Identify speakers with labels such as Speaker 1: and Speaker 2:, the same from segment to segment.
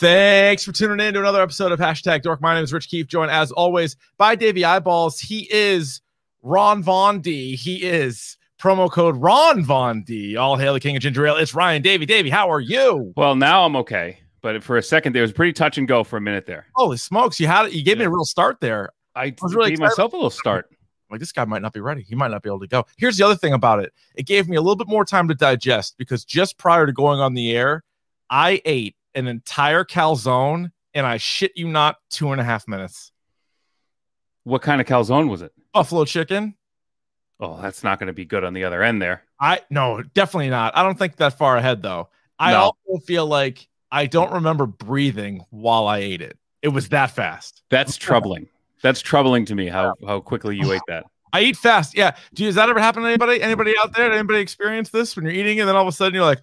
Speaker 1: Thanks for tuning in to another episode of Hashtag Dork. My name is Rich Keefe, joined as always by Davey Eyeballs. He is Ron Von D. He is promo code Ron Von D. All hail the king of ginger ale. It's Ryan Davey. Davey, how are you?
Speaker 2: Well, now I'm okay. But for a second, there was pretty touch and go for a minute there.
Speaker 1: Holy smokes, you had you gave me a real start there.
Speaker 2: I
Speaker 1: was really
Speaker 2: gave
Speaker 1: excited.
Speaker 2: myself a little start.
Speaker 1: Like this guy might not be ready. He might not be able to go. Here's the other thing about it. It gave me a little bit more time to digest because just prior to going on the air, I ate an entire calzone and I shit you not two and a half minutes.
Speaker 2: What kind of calzone was it?
Speaker 1: Buffalo chicken.
Speaker 2: Oh, that's not going to be good on the other end there.
Speaker 1: I no, definitely not. I don't think that far ahead though. I
Speaker 2: No.
Speaker 1: also feel like I don't remember breathing while I ate it. It was that fast.
Speaker 2: That's troubling. That's troubling to me how, how quickly you ate that.
Speaker 1: I eat fast. Yeah. Do does that ever happen to anybody? Anybody out there? Did anybody experience this when you're eating and then all of a sudden you're like,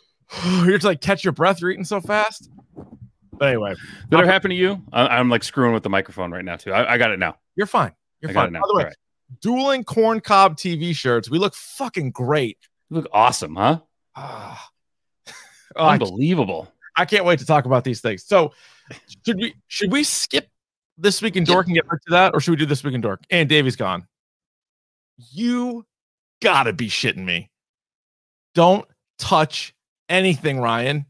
Speaker 1: you're just like catch your breath. You're eating so fast. But anyway,
Speaker 2: Did it happen to you? I, I'm like screwing with the microphone right now, too. I, I got it now.
Speaker 1: you're fine. You're
Speaker 2: I got
Speaker 1: fine.
Speaker 2: it now.
Speaker 1: By the way,
Speaker 2: All right.
Speaker 1: dueling corn cob TV shirts. We look fucking great.
Speaker 2: You look awesome, huh?
Speaker 1: Ah. Oh, I
Speaker 2: Unbelievable.
Speaker 1: I can't wait to talk about these things. So, should we should we skip this week in Dork and get back to that, or should we do this week in Dork? And Davey's gone. You gotta be shitting me! Don't touch anything, Ryan.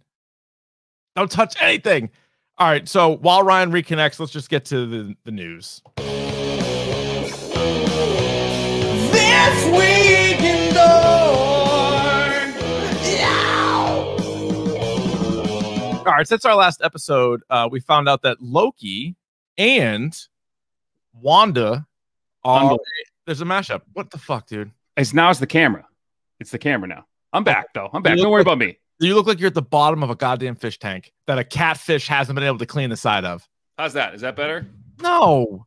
Speaker 1: Don't touch anything. All right. So while Ryan reconnects, let's just get to the, the news.
Speaker 3: This week in
Speaker 1: All right. Since our last episode, uh, we found out that Loki and Wanda are.
Speaker 2: Unbelievable.
Speaker 1: There's a mashup. What the fuck, dude?
Speaker 2: It's now it's the camera. It's the camera now. I'm back, though. I'm back. Don't worry about me.
Speaker 1: You look like you're at the bottom of a goddamn fish tank that a catfish hasn't been able to clean the side of.
Speaker 2: How's that? Is that better?
Speaker 1: No.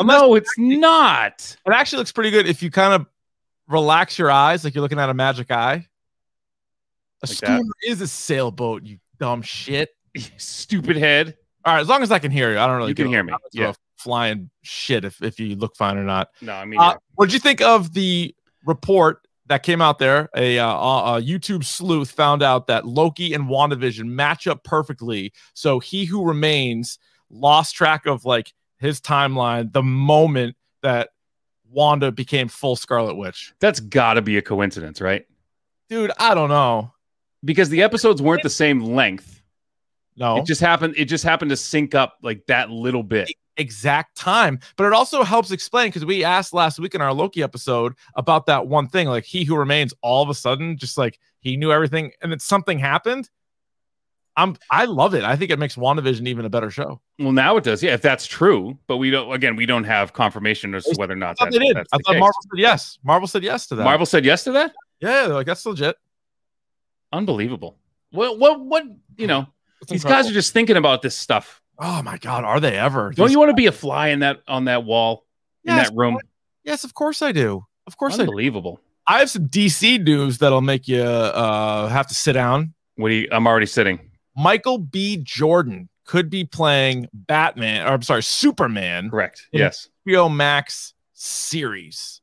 Speaker 2: No, it's not.
Speaker 1: It actually looks pretty good if you kind of relax your eyes like you're looking at a magic eye. A
Speaker 2: Like that.
Speaker 1: schooner is a sailboat, you dumb shit.
Speaker 2: Stupid head.
Speaker 1: All right, as long as I can hear you, I don't really
Speaker 2: You
Speaker 1: give
Speaker 2: can
Speaker 1: a-
Speaker 2: hear me.
Speaker 1: I don't give
Speaker 2: Yeah.
Speaker 1: a flying shit if, if you look fine or not.
Speaker 2: No, I mean,
Speaker 1: Uh, what did you think of the report that came out there? A, uh, uh, a YouTube sleuth found out that Loki and WandaVision match up perfectly. So he who remains lost track of like his timeline the moment that Wanda became full Scarlet Witch.
Speaker 2: that's got to be a coincidence, right?
Speaker 1: Dude, I don't know.
Speaker 2: because the episodes weren't the same length.
Speaker 1: No.
Speaker 2: It just happened. It just happened to sync up like that little bit.
Speaker 1: exact time. But it also helps explain because we asked last week in our Loki episode about that one thing, like he who remains all of a sudden, just like he knew everything and then something happened. I'm I love it. I think it makes WandaVision even a better show.
Speaker 2: Well, now it does. Yeah, if that's true, but we don't. Again, we don't have confirmation as to whether or not
Speaker 1: I thought
Speaker 2: that,
Speaker 1: they did.
Speaker 2: that's
Speaker 1: I
Speaker 2: the
Speaker 1: thought
Speaker 2: case.
Speaker 1: Marvel said yes. Marvel said yes to that.
Speaker 2: Marvel said yes to that.
Speaker 1: Yeah, they're like that's legit.
Speaker 2: Unbelievable. What? What? What? You know,
Speaker 1: It's
Speaker 2: these
Speaker 1: incredible.
Speaker 2: guys are just thinking about this stuff.
Speaker 1: oh my god, are they ever?
Speaker 2: Don't
Speaker 1: These-
Speaker 2: you want to be a fly in that on that wall in
Speaker 1: Yes,
Speaker 2: that room?
Speaker 1: Yes, of course I do. Of course I do.
Speaker 2: Unbelievable.
Speaker 1: I have some DC news that'll make you uh have to sit down.
Speaker 2: What do you? I'm already sitting.
Speaker 1: Michael B. Jordan could be playing Batman, or I'm sorry, Superman,
Speaker 2: Correct.
Speaker 1: Yeah.
Speaker 2: Yes.
Speaker 1: HBO Max series.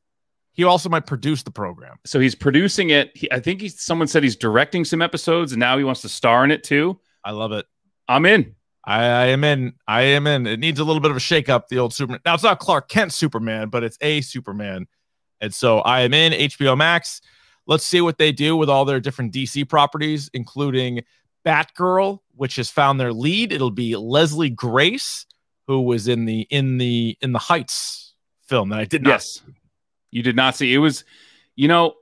Speaker 1: He also might produce the program.
Speaker 2: So he's producing it. He, I think he's. Someone said he's directing some episodes, and now he wants to star in it too.
Speaker 1: I love it.
Speaker 2: I'm in.
Speaker 1: I, I am in. I am in. It needs a little bit of a shakeup. The old Superman. Now it's not Clark Kent Superman, but it's a Superman, and so I am in HBO Max. Let's see what they do with all their different DC properties, including Batgirl, which has found their lead. It'll be Leslie Grace, who was in the in the in the Heights film that I did not.
Speaker 2: Yes. You did not see. It was, you know,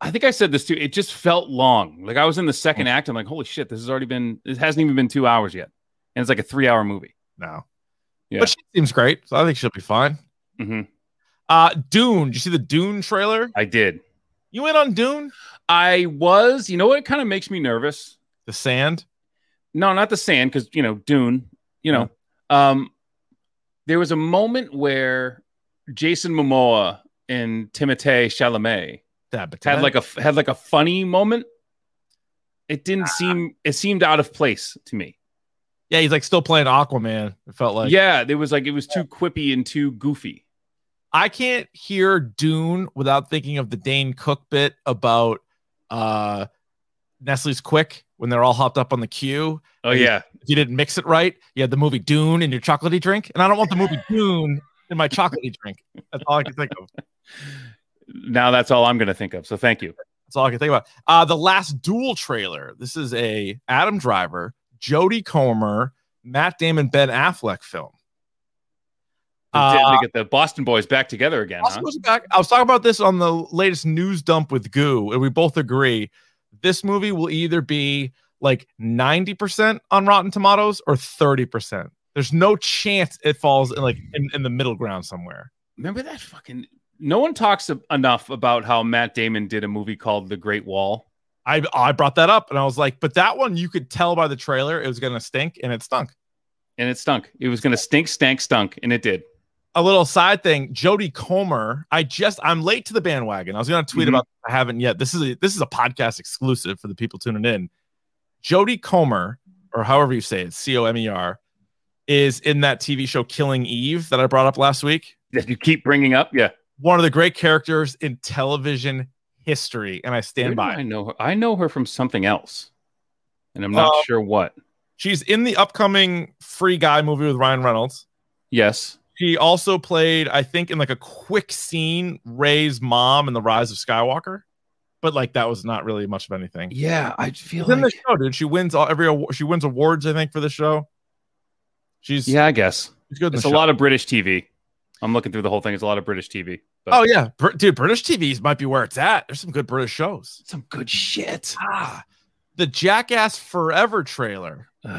Speaker 2: I think I said this too. It just felt long. Like I was in the second act. I'm like, holy shit, this has already been, it hasn't even been two hours yet. And it's like a three hour movie.
Speaker 1: No.
Speaker 2: Yeah.
Speaker 1: But she seems great, so I think she'll be fine.
Speaker 2: hmm
Speaker 1: Uh Dune. Did you see the Dune trailer?
Speaker 2: I did.
Speaker 1: You went on Dune?
Speaker 2: I was, you know what? It kind of makes me nervous.
Speaker 1: The sand?
Speaker 2: No, not the sand, because, you know, Dune, you know. Um, there was a moment where Jason Momoa and Timothée Chalamet
Speaker 1: That but
Speaker 2: had like a had like a funny moment. It didn't
Speaker 1: Ah.
Speaker 2: seem it seemed out of place to me.
Speaker 1: Yeah, he's like still playing Aquaman. It felt like
Speaker 2: yeah, there was like it was too quippy and too goofy.
Speaker 1: I can't hear Dune without thinking of the Dane Cook bit about uh Nestle's Quick when they're all hopped up on the queue.
Speaker 2: Oh yeah,
Speaker 1: If you didn't mix it right, you had the movie Dune in your chocolatey drink, and I don't want the movie Dune in my chocolatey drink. That's all I can think of.
Speaker 2: now that's all I'm gonna think of. So thank you.
Speaker 1: That's all I can think about. Uh, the last duel trailer. This is a Adam Driver, Jodie Comer, Matt Damon, Ben Affleck film.
Speaker 2: They
Speaker 1: Uh,
Speaker 2: did- they get the Boston boys back together again.
Speaker 1: I
Speaker 2: Huh?
Speaker 1: was, back, I was talking about this on the latest news dump with Goo, and we both agree this movie will either be like 90% on Rotten Tomatoes or 30%. There's no chance it falls in like in, in the middle ground somewhere.
Speaker 2: Remember that fucking. No one talks ab- enough about how Matt Damon did a movie called The Great Wall.
Speaker 1: I I brought that up and I was like, but that one you could tell by the trailer it was gonna stink and it stunk.
Speaker 2: And it stunk. It was gonna stink, stank, stunk, and it did.
Speaker 1: a little side thing jody comer i just i'm late to the bandwagon i was going to tweet
Speaker 2: Mhm.
Speaker 1: about this. i haven't yet this is a, this is a podcast exclusive for the people tuning in jody comer or however you say it c-o-m-e-r E is in that tv show killing eve that i brought up last week
Speaker 2: That you keep bringing up, yeah.
Speaker 1: one of the great characters in television history and i
Speaker 2: Where
Speaker 1: stand
Speaker 2: do
Speaker 1: by it.
Speaker 2: I know her. I know her from something else, and I'm not
Speaker 1: Um,
Speaker 2: sure what.
Speaker 1: she's in the upcoming free guy movie with ryan reynolds
Speaker 2: Yes.
Speaker 1: she also played, I think, in like a quick scene, Ray's mom in the Rise of Skywalker, but like that was not really much of anything.
Speaker 2: Yeah, I feel
Speaker 1: She's in the show, dude. She wins all every award. She wins awards, I think, for the show. She's
Speaker 2: Yeah, I guess.
Speaker 1: she's good. In
Speaker 2: It's
Speaker 1: the
Speaker 2: a
Speaker 1: show.
Speaker 2: lot of British TV. I'm looking through the whole thing. It's a lot of British TV. But
Speaker 1: Oh yeah, Br- dude. British TVs might be where it's at. There's some good British shows.
Speaker 2: some good shit.
Speaker 1: Ah, the Jackass Forever trailer.
Speaker 2: Ugh.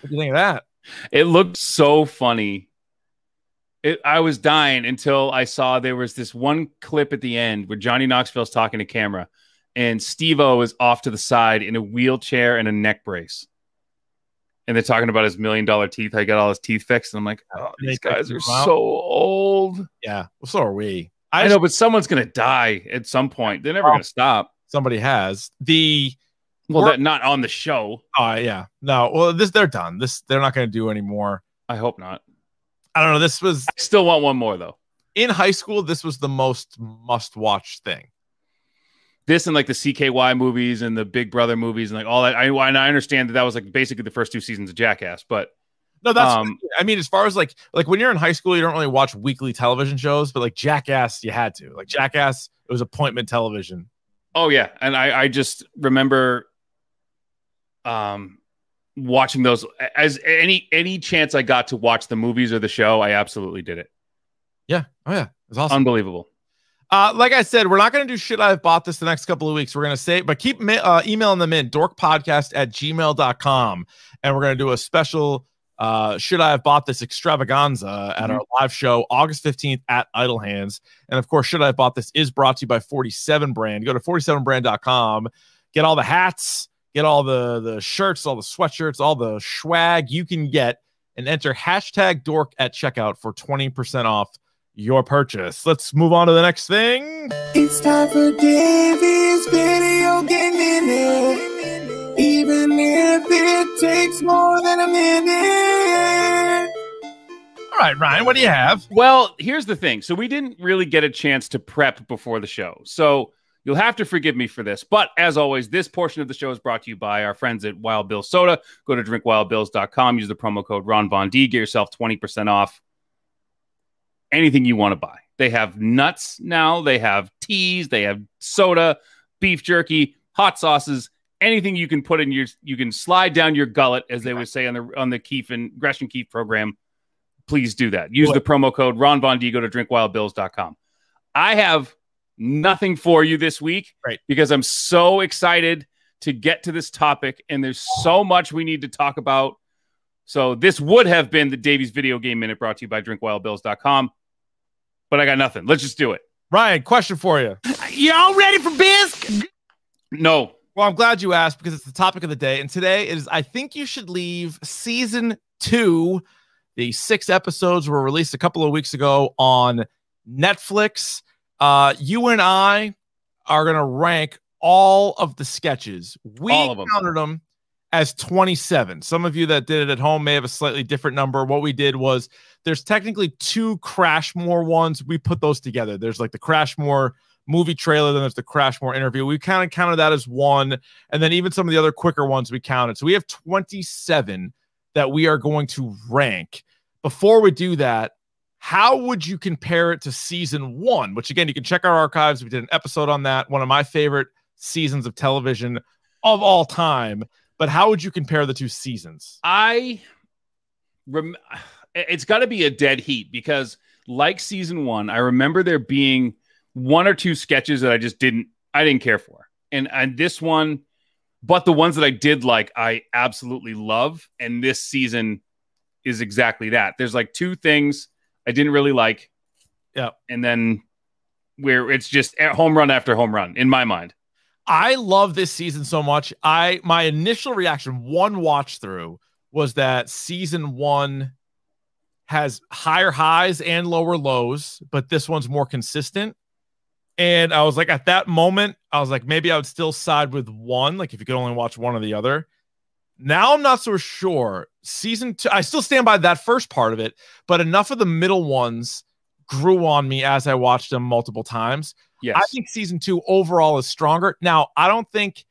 Speaker 1: What do you think of that?
Speaker 2: It looked so funny. It, I was dying until I saw there was this one clip at the end where Johnny Knoxville's talking to camera and Steve O is off to the side in a wheelchair and a neck brace. And they're talking about his million dollar teeth. I got all his teeth fixed. And I'm like, oh,
Speaker 1: They
Speaker 2: these
Speaker 1: fixed
Speaker 2: guys
Speaker 1: them
Speaker 2: are
Speaker 1: out.
Speaker 2: so old.
Speaker 1: Yeah. Well, so are we.
Speaker 2: I know, but someone's going to die at some point. They're never
Speaker 1: Oh.
Speaker 2: going to stop.
Speaker 1: Somebody has the
Speaker 2: Well,
Speaker 1: We're-
Speaker 2: that, not on the show.
Speaker 1: Oh yeah. No. Well, this they're done. This they're not going to do anymore.
Speaker 2: I hope not.
Speaker 1: I don't know. This was
Speaker 2: I still want one more, though.
Speaker 1: in high school. This was the most must-watch thing.
Speaker 2: this and like the CKY movies and the Big Brother movies and like all that. I and I understand that that was like basically the first two seasons of Jackass, but
Speaker 1: No, that's.
Speaker 2: Um,
Speaker 1: I mean, as far as like like when you're in high school, you don't really watch weekly television shows, but like Jackass, you had to. Like Jackass, it was appointment television.
Speaker 2: oh yeah, and I I just remember um watching those as any any chance I got to watch the movies or the show, I absolutely did it.
Speaker 1: Yeah. Oh yeah. It's awesome.
Speaker 2: Unbelievable.
Speaker 1: Uh, like I said, we're not going to do shit I've bought this the next couple of weeks. We're going to say, but keep ma- uh, emailing them in dorkpodcast at gmail.com. And we're going to do a special uh, should I have bought this extravaganza at our live show August 15th at Idle Hands. And of course, should I have bought this is brought to you by 47 Brand. Go to 47brand.com, get all the hats, get all the, the shirts, all the sweatshirts, all the swag you can get, and enter hashtag dork at checkout for 20% off your purchase. Let's move on to the next thing.
Speaker 3: It's time for Davey's video game minute. Even if it takes more than a minute.
Speaker 1: All right, Ryan, what do you have?
Speaker 2: Well, here's the thing. So we didn't really get a chance to prep before the show. So you'll have to forgive me for this. But as always, this portion of the show is brought to you by our friends at Wild Bill Soda. Go to drinkwildbills.com, use the promo code Ron Von D, get yourself 20% off anything you want to buy. They have nuts now, they have teas, they have soda, beef jerky, hot sauces, anything you can put in your you can slide down your gullet, as they would say on the on the Keefe and Gresham Keefe program. Please do that. Use the promo code Ron Von Diego to drinkwildbills.com. I have nothing for you this week
Speaker 1: Right.
Speaker 2: because I'm so excited to get to this topic, and there's so much we need to talk about. So this would have been the Davies Video Game Minute brought to you by drinkwildbills.com. But I got nothing. Let's just do it.
Speaker 1: Ryan, question for you.
Speaker 2: No.
Speaker 1: Well, I'm glad you asked because it's the topic of the day. And today is I think you should leave season two. The six episodes were released a couple of weeks ago on Netflix. Uh, you and I are going to rank all of the sketches. We
Speaker 2: All of 'em.
Speaker 1: counted them as 27. Some of you that did it at home may have a slightly different number. What we did was there's technically two Crashmore ones. We put those together. There's like the Crashmore movie trailer, then there's the Crashmore interview. We kind of counted that as one, and then even some of the other quicker ones we counted. So we have 27 that we are going to rank. Before we do that, how would you compare it to season one? Which again, you can check our archives. We did an episode on that, one of my favorite seasons of television of all time. But how would you compare the two seasons?
Speaker 2: I rem- it's got to be a dead heat because like season 1, I remember there being one or two sketches that I just didn't I didn't care for. And and this one but the ones that I did like I absolutely love and this season is exactly that. There's like two things I didn't really like.
Speaker 1: Yep.
Speaker 2: And then where it's just a- home run after home run in my mind.
Speaker 1: I love this season so much. I my initial reaction, one watch through, was that season one has higher highs and lower lows, but this one's more consistent. And I was like, at that moment, I was like, maybe I would still side with one, like if you could only watch one or the other. Now I'm not so sure. Season two, I still stand by that first part of it, but enough of the middle ones grew on me as I watched them multiple times.
Speaker 2: Yes.
Speaker 1: I think season two overall is stronger. Now, I don't think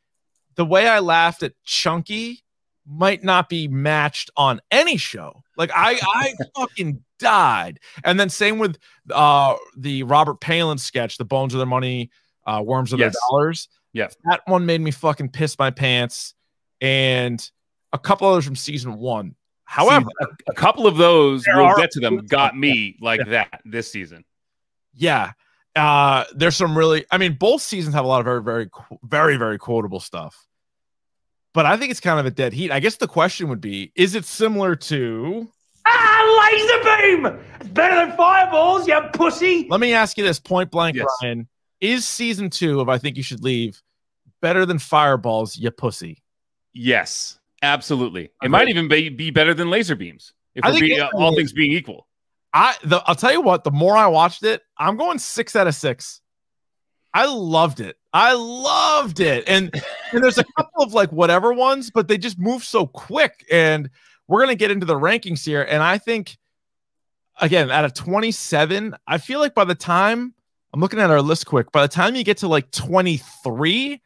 Speaker 1: the way I laughed at Chunky might not be matched on any show. Like I, I fucking died. And then same with uh the Robert Palin sketch, the bones of their money, uh worms of
Speaker 2: Yes.
Speaker 1: their dollars.
Speaker 2: Yes.
Speaker 1: That one made me fucking piss my pants. And a couple others from season one. However,
Speaker 2: a couple of those
Speaker 1: There
Speaker 2: we'll
Speaker 1: are-
Speaker 2: get to them got me like that this season.
Speaker 1: yeah uh there's some really i mean both seasons have a lot of very very qu- very very quotable stuff but i think it's kind of a dead heat i guess the question would be is it similar to
Speaker 4: Ah, laser beam! It's better than fireballs, you pussy!
Speaker 1: let me ask you this point blank
Speaker 2: Yes.
Speaker 1: ryan is season two of i think you should leave better than fireballs you pussy
Speaker 2: Yes, absolutely. It
Speaker 1: Agreed.
Speaker 2: might even be, be better than laser beams if
Speaker 1: I
Speaker 2: we're
Speaker 1: think
Speaker 2: being,
Speaker 1: it-
Speaker 2: all things being equal.
Speaker 1: i the, i'll tell you what the more i watched it i'm going six out of six i loved it i loved it and and there's a couple of like whatever ones, but they just move so quick. And we're gonna get into the rankings here. And I think again, out of 27, I feel like by the time I'm looking at our list quick, by the time you get to like 23,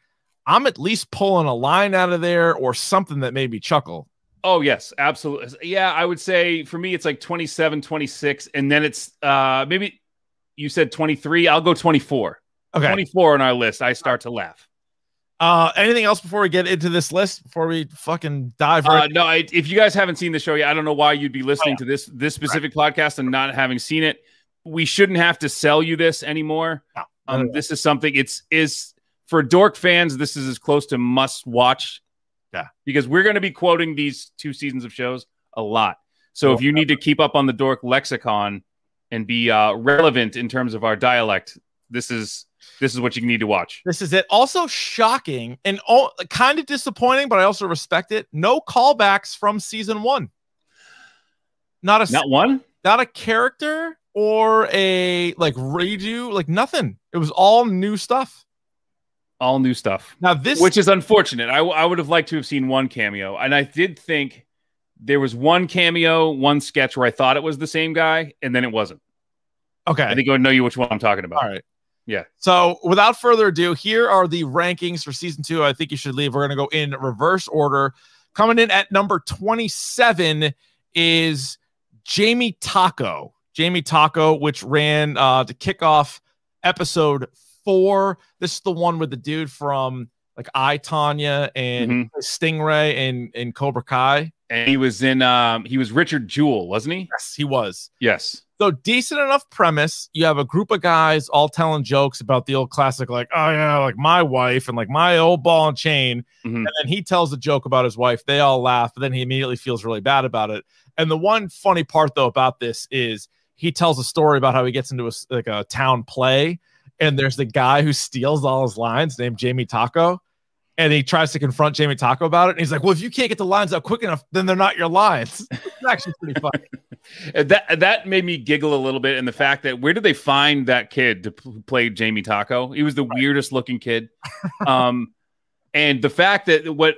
Speaker 1: I'm at least pulling a line out of there or something that made me chuckle.
Speaker 2: Oh, yes, absolutely. Yeah, I would say for me, it's like 27, 26, and then it's uh, maybe you said 23. I'll go 24.
Speaker 1: Okay.
Speaker 2: 24 on our list. I start to laugh.
Speaker 1: Uh anything else before we get into this list before we fucking dive right
Speaker 2: Uh, no, I, if you guys haven't seen the show yet, I don't know why you'd be listening
Speaker 1: Oh,
Speaker 2: to this this specific podcast and not having seen it. We shouldn't have to sell you this anymore.
Speaker 1: No, no,
Speaker 2: um,
Speaker 1: no.
Speaker 2: this is something it's is for dork fans. This is as close to must watch.
Speaker 1: Yeah.
Speaker 2: because we're going to be quoting these two seasons of shows a lot. So if you need to keep up on the dork lexicon and be uh, relevant in terms of our dialect, this is this is what you need to watch.
Speaker 1: This is it. Also shocking and all, kind of disappointing, but I also respect it. No callbacks from season one. Not a
Speaker 2: Not one.
Speaker 1: not a character or a like redo, like nothing. It was all new stuff.
Speaker 2: All new stuff.
Speaker 1: Now this
Speaker 2: which is unfortunate. I, I would have liked to have seen one cameo, and I did think there was one cameo, one sketch where I thought it was the same guy, and then it wasn't.
Speaker 1: okay.
Speaker 2: I think I would know you which one I'm talking about.
Speaker 1: All right.
Speaker 2: Yeah.
Speaker 1: So without further ado, here are the rankings for season two. I think you should leave. We're going to go in reverse order. Coming in at number 27 is Jamie Taco. Jamie Taco, which ran uh, to kick off episode four. This is the one with the dude from like I Tanya and
Speaker 2: Mhm.
Speaker 1: Stingray and and Cobra Kai.
Speaker 2: And he was in um he was Richard Jewell, wasn't he?
Speaker 1: Yes, he was.
Speaker 2: Yes.
Speaker 1: So decent enough premise. You have a group of guys all telling jokes about the old classic, like, oh yeah, like my wife and like my old ball and chain.
Speaker 2: Mhm.
Speaker 1: And then he tells a joke about his wife. They all laugh, but then he immediately feels really bad about it. And the one funny part though about this is he tells a story about how he gets into a s- like a town play, and there's the guy who steals all his lines named Jamie Taco. And he tries to confront Jamie Taco about it. And he's like, Well, if you can't get the lines out quick enough, then they're not your lines. It's actually pretty funny.
Speaker 2: That that made me giggle a little bit, and the fact that where did they find that kid to p- play Jamie Taco? He was the weirdest looking kid, um, and the fact that what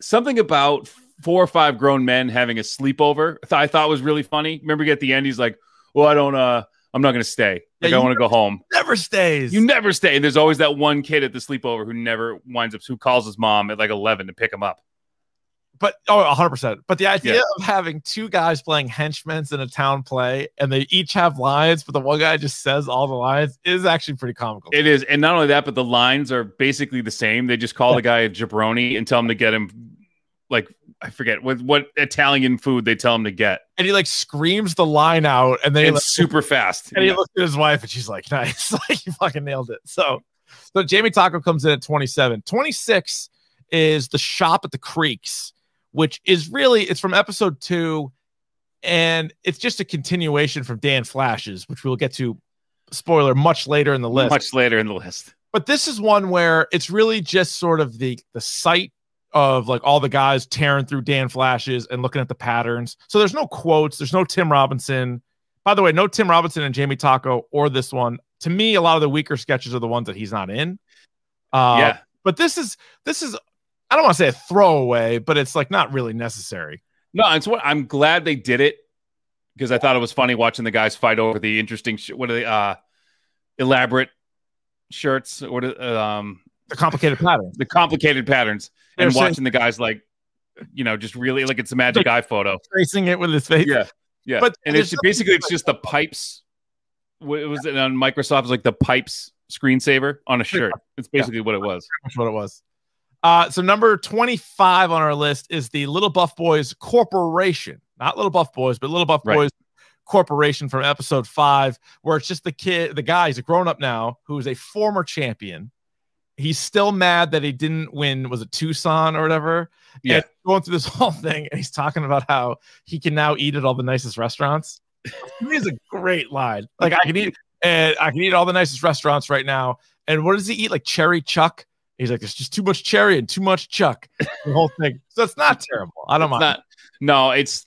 Speaker 2: something about four or five grown men having a sleepover th- I thought was really funny. Remember at the end, he's like, "Well, I don't, uh, I'm not going to stay.
Speaker 1: Yeah,
Speaker 2: Like, I
Speaker 1: you
Speaker 2: want to go home."
Speaker 1: Never stays.
Speaker 2: You never stay. And there's always that one kid at the sleepover who never winds up, who calls his mom at like 11 to pick him up.
Speaker 1: but oh 100% but the idea
Speaker 2: Yeah.
Speaker 1: of having two guys playing henchmen in a town play and they each have lines but the one guy just says all the lines is actually pretty comical
Speaker 2: It is, and not only that, but the lines are basically the same. They just call the guy a jabroni and tell him to get him, like I forget what what Italian food they tell him to get,
Speaker 1: and he like screams the line out and then he,
Speaker 2: and
Speaker 1: like,
Speaker 2: super fast.
Speaker 1: and he
Speaker 2: Yeah.
Speaker 1: looks at his wife and she's like nice like you fucking nailed it so so jamie taco comes in at 27 26 is the shop at the creeks which is really it's from episode two and it's just a continuation from dan flashes which we'll get to spoiler much later in the list
Speaker 2: Much later in the list,
Speaker 1: but this is one where it's really just sort of the the sight of like all the guys tearing through Dan flashes and looking at the patterns. So there's no quotes, there's no Tim Robinson. By the way, no Tim Robinson and Jamie Taco or this one. To me, a lot of the weaker sketches are the ones that he's not in. Uh,
Speaker 2: yeah.
Speaker 1: But this is this is I don't want to say a throwaway, but it's like not really necessary.
Speaker 2: No, it's what I'm glad they did it because I thought it was funny watching the guys fight over the interesting sh- what are they uh elaborate shirts or um
Speaker 1: The complicated pattern.
Speaker 2: the complicated patterns and
Speaker 1: They're saying-
Speaker 2: watching the guys like you know just really like it's a magic eye photo.
Speaker 1: Tracing it with his face.
Speaker 2: Yeah, yeah.
Speaker 1: But
Speaker 2: and it's
Speaker 1: there's
Speaker 2: basically
Speaker 1: nothing
Speaker 2: it's just the pipes. What was it on Microsoft? It's like the pipes screensaver on a shirt. It's basically what it was.
Speaker 1: much what it was. Uh, so number 25 on our list is the Little Buff Boys Corporation. Not Little Buff Boys, but Little Buff
Speaker 2: Right.
Speaker 1: Boys Corporation from episode five, where it's just the kid, the guy, he's a grown up now who is a former champion. He's still mad that he didn't win, was it Tucson or whatever?
Speaker 2: Yeah.
Speaker 1: And going through this whole thing, and he's talking about how he can now eat at all the nicest restaurants. He's a great line. Like I can eat and I can eat at all the nicest restaurants right now. And what does he eat? Like cherry chuck? He's like, there's just too much cherry and too much chuck. The whole thing. So it's not terrible. I don't mind.
Speaker 2: It's not. No, it's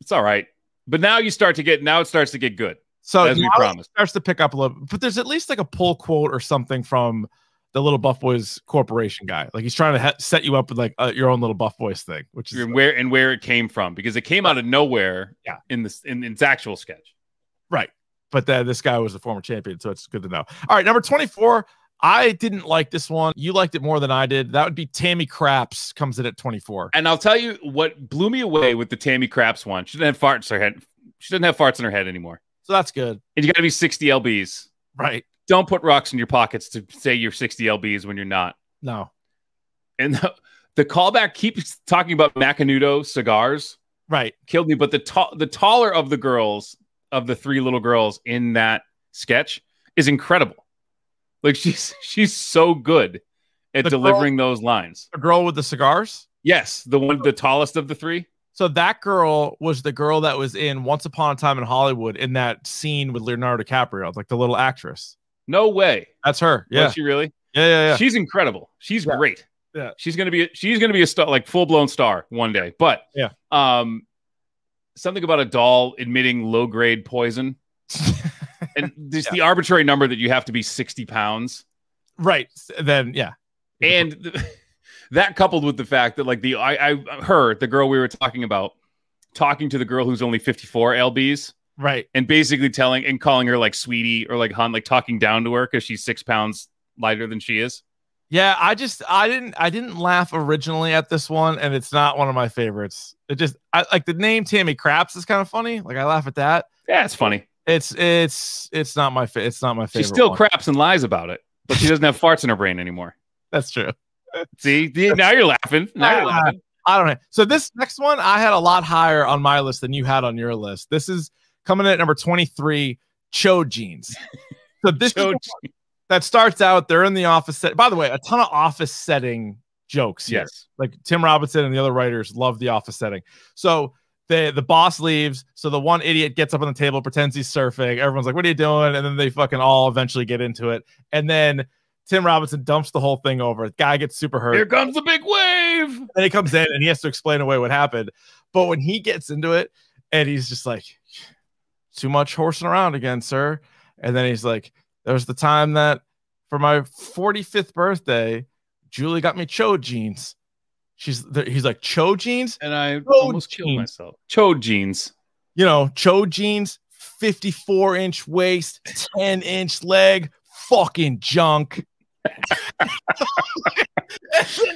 Speaker 2: it's all right. But now you start to get now it starts to get good
Speaker 1: so
Speaker 2: as we
Speaker 1: now it
Speaker 2: promised.
Speaker 1: starts to pick up a little, but there's at least like a pull quote or something from the little Buff Boys Corporation guy. Like he's trying to ha- set you up with like uh, your own little Buff Boys thing, which is
Speaker 2: And where and where it came from because it came out of nowhere.
Speaker 1: Yeah.
Speaker 2: In this in, in its actual sketch.
Speaker 1: but then this guy was a former champion, so it's good to know. All right, number 24. I didn't like this one. You liked it more than I did. That would be Tammy Craps comes in at 24.
Speaker 2: And I'll tell you what blew me away with the Tammy Craps one. She didn't have farts in her head. She doesn't have farts in her head anymore.
Speaker 1: So that's good.
Speaker 2: And you got to be 60 lbs.
Speaker 1: Right.
Speaker 2: Don't put rocks in your pockets to say you're 60 lbs when you're not.
Speaker 1: No.
Speaker 2: And the, the callback keeps talking about Macanudo cigars.
Speaker 1: Right.
Speaker 2: Killed me. But the ta- the taller of the girls of the three little girls in that sketch is incredible. Like she's she's so good at
Speaker 1: The girl-
Speaker 2: delivering those lines.
Speaker 1: The girl with the cigars.
Speaker 2: Yes, the one the tallest of the three.
Speaker 1: So that girl was the girl that was in Once Upon a Time in Hollywood in that scene with Leonardo DiCaprio, like the little actress.
Speaker 2: No way.
Speaker 1: That's her.
Speaker 2: Was
Speaker 1: Yeah.
Speaker 2: she really?
Speaker 1: yeah. Yeah. Yeah.
Speaker 2: She's incredible. She's
Speaker 1: Yeah.
Speaker 2: great.
Speaker 1: Yeah.
Speaker 2: She's gonna be she's gonna be a star, like full blown star one day. But
Speaker 1: Yeah.
Speaker 2: um, something about a doll admitting low grade poison, and just the arbitrary number that you have to be sixty pounds,
Speaker 1: right. S- Then, yeah.
Speaker 2: and th- that coupled with the fact that like the I, I her the girl we were talking about talking to the girl who's only fifty four lbs
Speaker 1: Right.
Speaker 2: and basically telling and calling her like sweetie or like hun like talking down to her because she's six pounds lighter than she is.
Speaker 1: Yeah. I just, I didn't, I didn't laugh originally at this one, and it's not one of my favorites. It just, I like the name Tammy Craps is kind of funny. Like I laugh at that.
Speaker 2: Yeah, it's funny.
Speaker 1: It's, it's, it's not my, fa- it's not my favorite.
Speaker 2: She still
Speaker 1: one.
Speaker 2: craps and lies about it, but she doesn't have farts in her brain anymore.
Speaker 1: That's true.
Speaker 2: See, The- now you're laughing. Now you're
Speaker 1: Ah.
Speaker 2: laughing.
Speaker 1: I don't know. So this next one, I had a lot higher on my list than you had on your list. This is coming in at number 23, Cho jeans. So this is
Speaker 2: Cho
Speaker 1: the one that starts out, they're in the office set. By the way, a ton of office setting jokes here.
Speaker 2: Yes.
Speaker 1: Like Tim Robinson and the other writers love the office setting. So the the boss leaves. So the one idiot gets up on the table, pretends he's surfing. Everyone's like, "What are you doing?" And then they fucking all eventually get into it. And then Tim Robinson dumps the whole thing over. guy gets super hurt
Speaker 2: Here comes the big wave.
Speaker 1: and he comes in and he has to explain away what happened. But when he gets into it and he's just like, too much horsing around again, sir. And then he's like, there was the time that for my 45th birthday, Julie got me Cho jeans. She's he's like, Cho jeans?
Speaker 2: And I almost killed
Speaker 1: jeans.
Speaker 2: myself. Cho jeans.
Speaker 1: You know, Cho jeans, 54 inch waist, 10 inch leg, fucking junk.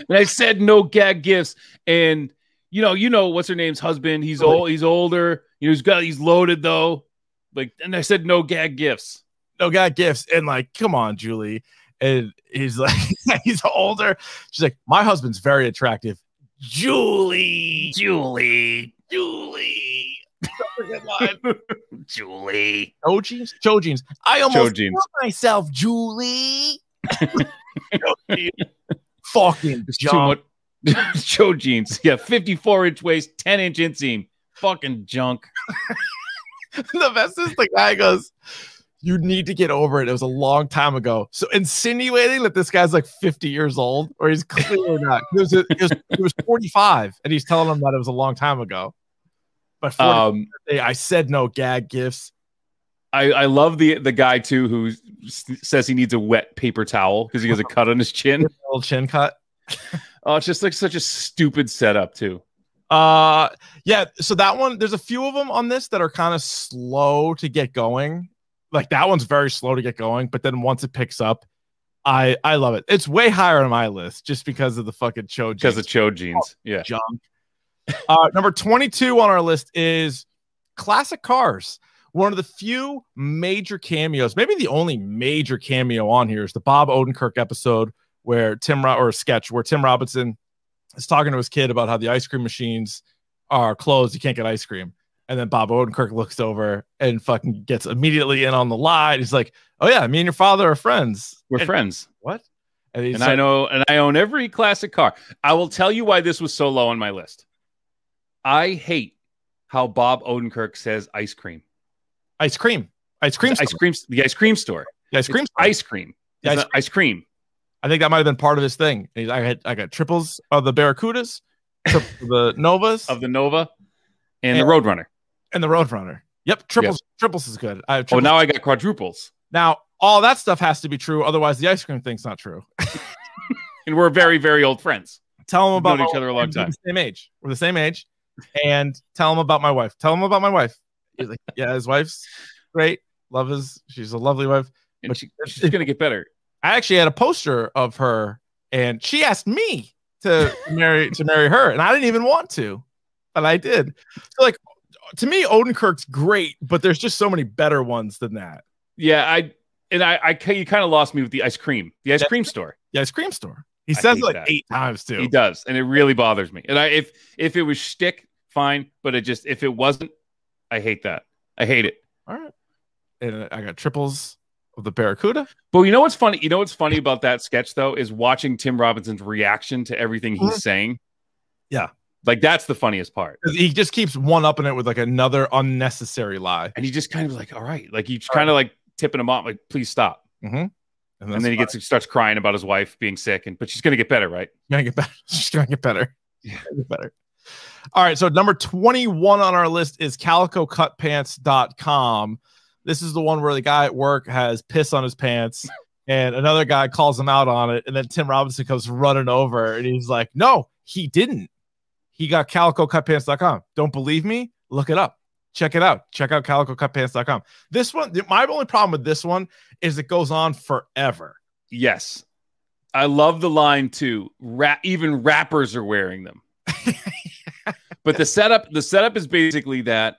Speaker 2: And I said no gag gifts. And you know, you know what's her name's husband. He's old. He's older. You know, he's got. He's loaded though. Like, and I said no gag gifts.
Speaker 1: no got gifts and like come on julie and he's like he's older she's like my husband's very attractive julie
Speaker 2: Julie.
Speaker 1: julie Good line.
Speaker 2: Julie.
Speaker 1: Cho jeans, Cho jeans. I
Speaker 2: Cho
Speaker 1: almost
Speaker 2: jeans.
Speaker 1: killed myself, Julie. Cho jeans. Fucking
Speaker 2: It's too
Speaker 1: junk.
Speaker 2: much. Cho jeans. Yeah, 54 inch waist, 10 inch inseam. Fucking junk.
Speaker 1: the best is the guy goes, "You need to get over it." It was a long time ago. So insinuating that this guy's like 50 years old, or he's clearly not. He was, he was, he was 45, and he's telling him that it was a long time ago. But for
Speaker 2: Um,
Speaker 1: I said no gag gifts.
Speaker 2: I, I love the the guy too who s- says he needs a wet paper towel because he has a cut on his chin.
Speaker 1: Little chin cut.
Speaker 2: Oh, it's just like such a stupid setup too.
Speaker 1: Uh, yeah. So that one, there's a few of them on this that are kind of slow to get going. Like that one's very slow to get going, but then once it picks up, I I love it. It's way higher on my list just because of the fucking show.
Speaker 2: Because of Cho jeans. Yeah.
Speaker 1: junk. Uh, number 22 on our list is classic cars. One of the few major cameos, maybe the only major cameo on here is the Bob Odenkirk episode where Tim Ro- or sketch where Tim Robinson is talking to his kid about how the ice cream machines are closed. You can't get ice cream. And then Bob Odenkirk looks over and fucking gets immediately in on the lie. He's like, Oh yeah, me and your father are friends.
Speaker 2: We're
Speaker 1: And-
Speaker 2: friends.
Speaker 1: What? And, he's
Speaker 2: And
Speaker 1: like,
Speaker 2: I know and I own every classic car. I will tell you why this was so low on my list. I hate how Bob Odenkirk says ice cream.
Speaker 1: ice cream. Ice cream.
Speaker 2: ice
Speaker 1: store.
Speaker 2: cream the ice cream store.
Speaker 1: The ice
Speaker 2: It's
Speaker 1: cream. store.
Speaker 2: ice cream.
Speaker 1: The
Speaker 2: It's
Speaker 1: ice
Speaker 2: not ice cream.
Speaker 1: I think that might have been part of his thing. He's- I had I got triples of the Barracudas, triples of the Novas,
Speaker 2: Of the Nova and,
Speaker 1: And-
Speaker 2: the Roadrunner.
Speaker 1: and the Roadrunner. Yep, triples. Triples is good. I have
Speaker 2: Oh,
Speaker 1: triples.
Speaker 2: now I got quadruples.
Speaker 1: now all that stuff has to be true. Otherwise, the ice cream thing's not true.
Speaker 2: And we're very, very old friends.
Speaker 1: Tell them
Speaker 2: We've
Speaker 1: about
Speaker 2: known
Speaker 1: my
Speaker 2: each other a long
Speaker 1: wife. We're
Speaker 2: time.
Speaker 1: the Same age. We're the same age. And tell them about my wife. Tell them about my wife. He's like, yeah, his wife's great. Love his. She's a lovely wife.
Speaker 2: And
Speaker 1: But-
Speaker 2: she, she's gonna get better.
Speaker 1: I actually had a poster of her, and she asked me to marry to marry her, and I didn't even want to, but I did. So like to me, Odenkirk's great, but there's just so many better ones than that.
Speaker 2: Yeah, I and I, I ca- you kind of lost me with the ice cream, the ice
Speaker 1: Yeah.
Speaker 2: cream store.
Speaker 1: The ice cream store. He
Speaker 2: I
Speaker 1: says
Speaker 2: hate
Speaker 1: it like
Speaker 2: that.
Speaker 1: eight times too.
Speaker 2: He does, and it really bothers me. And I if if it was shtick, fine, but it just if it wasn't, I hate that. I hate it.
Speaker 1: All right, and I got triples of the Barracuda.
Speaker 2: But you know what's funny? You know what's funny about that sketch though is watching Tim Robinson's reaction to everything he's saying.
Speaker 1: Mm-hmm. Yeah.
Speaker 2: like that's the funniest part.
Speaker 1: 'Cause He just keeps one upping it with like another unnecessary lie,
Speaker 2: And he just kind of like, all right, like he's kind of like tipping him off, like please stop.
Speaker 1: that's
Speaker 2: and then he
Speaker 1: fine.
Speaker 2: gets starts crying about his wife being sick, and but she's gonna get better, right?
Speaker 1: gonna get better. It's just gonna get better. Yeah, get better. All right. So number 21 on our list is calicocutpants.com. This is the one where the guy at work has piss on his pants and another guy calls him out on it. And then Tim Robinson comes running over and he's like, No, he didn't. He got calicocutpants.com. Don't believe me? Look it up. Check it out. Check out calicocutpants.com. This one, my only problem with this one is it goes on forever.
Speaker 2: Yes. I love the line too. Ra- even rappers are wearing them. but the setup the setup is basically that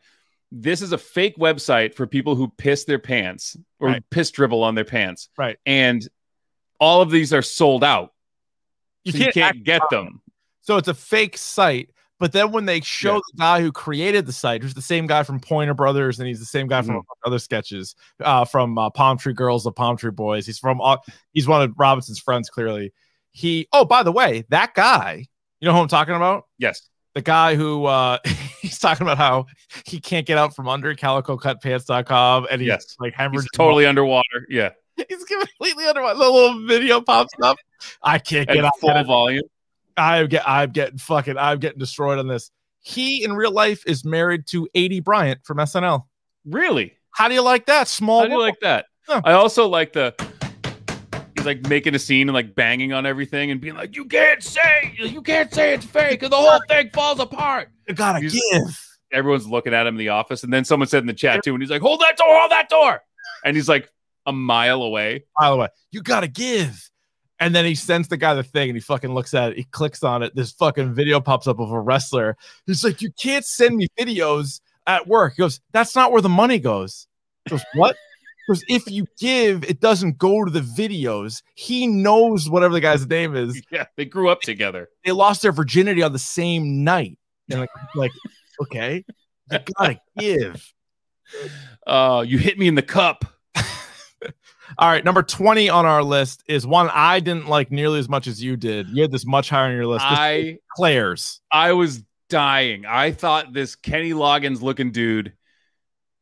Speaker 2: this is a fake website for people who piss their pants or
Speaker 1: Right.
Speaker 2: piss dribble on their pants.
Speaker 1: Right.
Speaker 2: And all of these are sold out. You can't,
Speaker 1: act-
Speaker 2: get them.
Speaker 1: So it's a fake site. But then when they show
Speaker 2: Yeah.
Speaker 1: the guy who created the site, who's the same guy from Pointer Brothers, and he's the same guy
Speaker 2: Mm.
Speaker 1: from other sketches, uh, from uh, Palm Tree Girls, the Palm Tree Boys. He's from all, he's one of Robinson's friends. Clearly, he. Oh, by the way, that guy. You know who I'm talking about?
Speaker 2: Yes.
Speaker 1: the guy who uh he's talking about how he can't get out from under calicocutpants.com and he's
Speaker 2: Yes.
Speaker 1: like
Speaker 2: He's
Speaker 1: hemorrhaging
Speaker 2: totally underwater. Yeah.
Speaker 1: he's completely under the little video pops up i can't
Speaker 2: At
Speaker 1: get out
Speaker 2: full volume.
Speaker 1: i'm get i'm getting fucking i'm getting destroyed on this he in real life is married to 80 bryant from snl
Speaker 2: Really?
Speaker 1: how do you like that small
Speaker 2: How do you
Speaker 1: world.
Speaker 2: like that?
Speaker 1: Yeah.
Speaker 2: I also like the he's like making a scene and like banging on everything and being like, You can't say you can't say it's fake or the whole thing falls apart.
Speaker 1: you gotta
Speaker 2: He's-
Speaker 1: give
Speaker 2: Everyone's looking at him in the office, and then someone said in the chat too, and he's like, Hold that door, hold that door. And he's like a mile away.
Speaker 1: by the way you gotta give and then he sends the guy the thing and he fucking looks at it. He clicks on it. This fucking video pops up of a wrestler. He's like, You can't send me videos at work. He goes, That's not where the money goes. He goes, What? Because if you give, it doesn't go to the videos. He knows whatever the guy's name is.
Speaker 2: Yeah, they grew up together.
Speaker 1: They lost their virginity on the same night. And like, like okay, you gotta give.
Speaker 2: Uh, you hit me in the cup.
Speaker 1: All right, number 20 on our list is one I didn't like nearly as much as you did. You had this much higher on your list. This is
Speaker 2: I
Speaker 1: Claire's.
Speaker 2: I was dying. I thought this Kenny Loggins looking dude,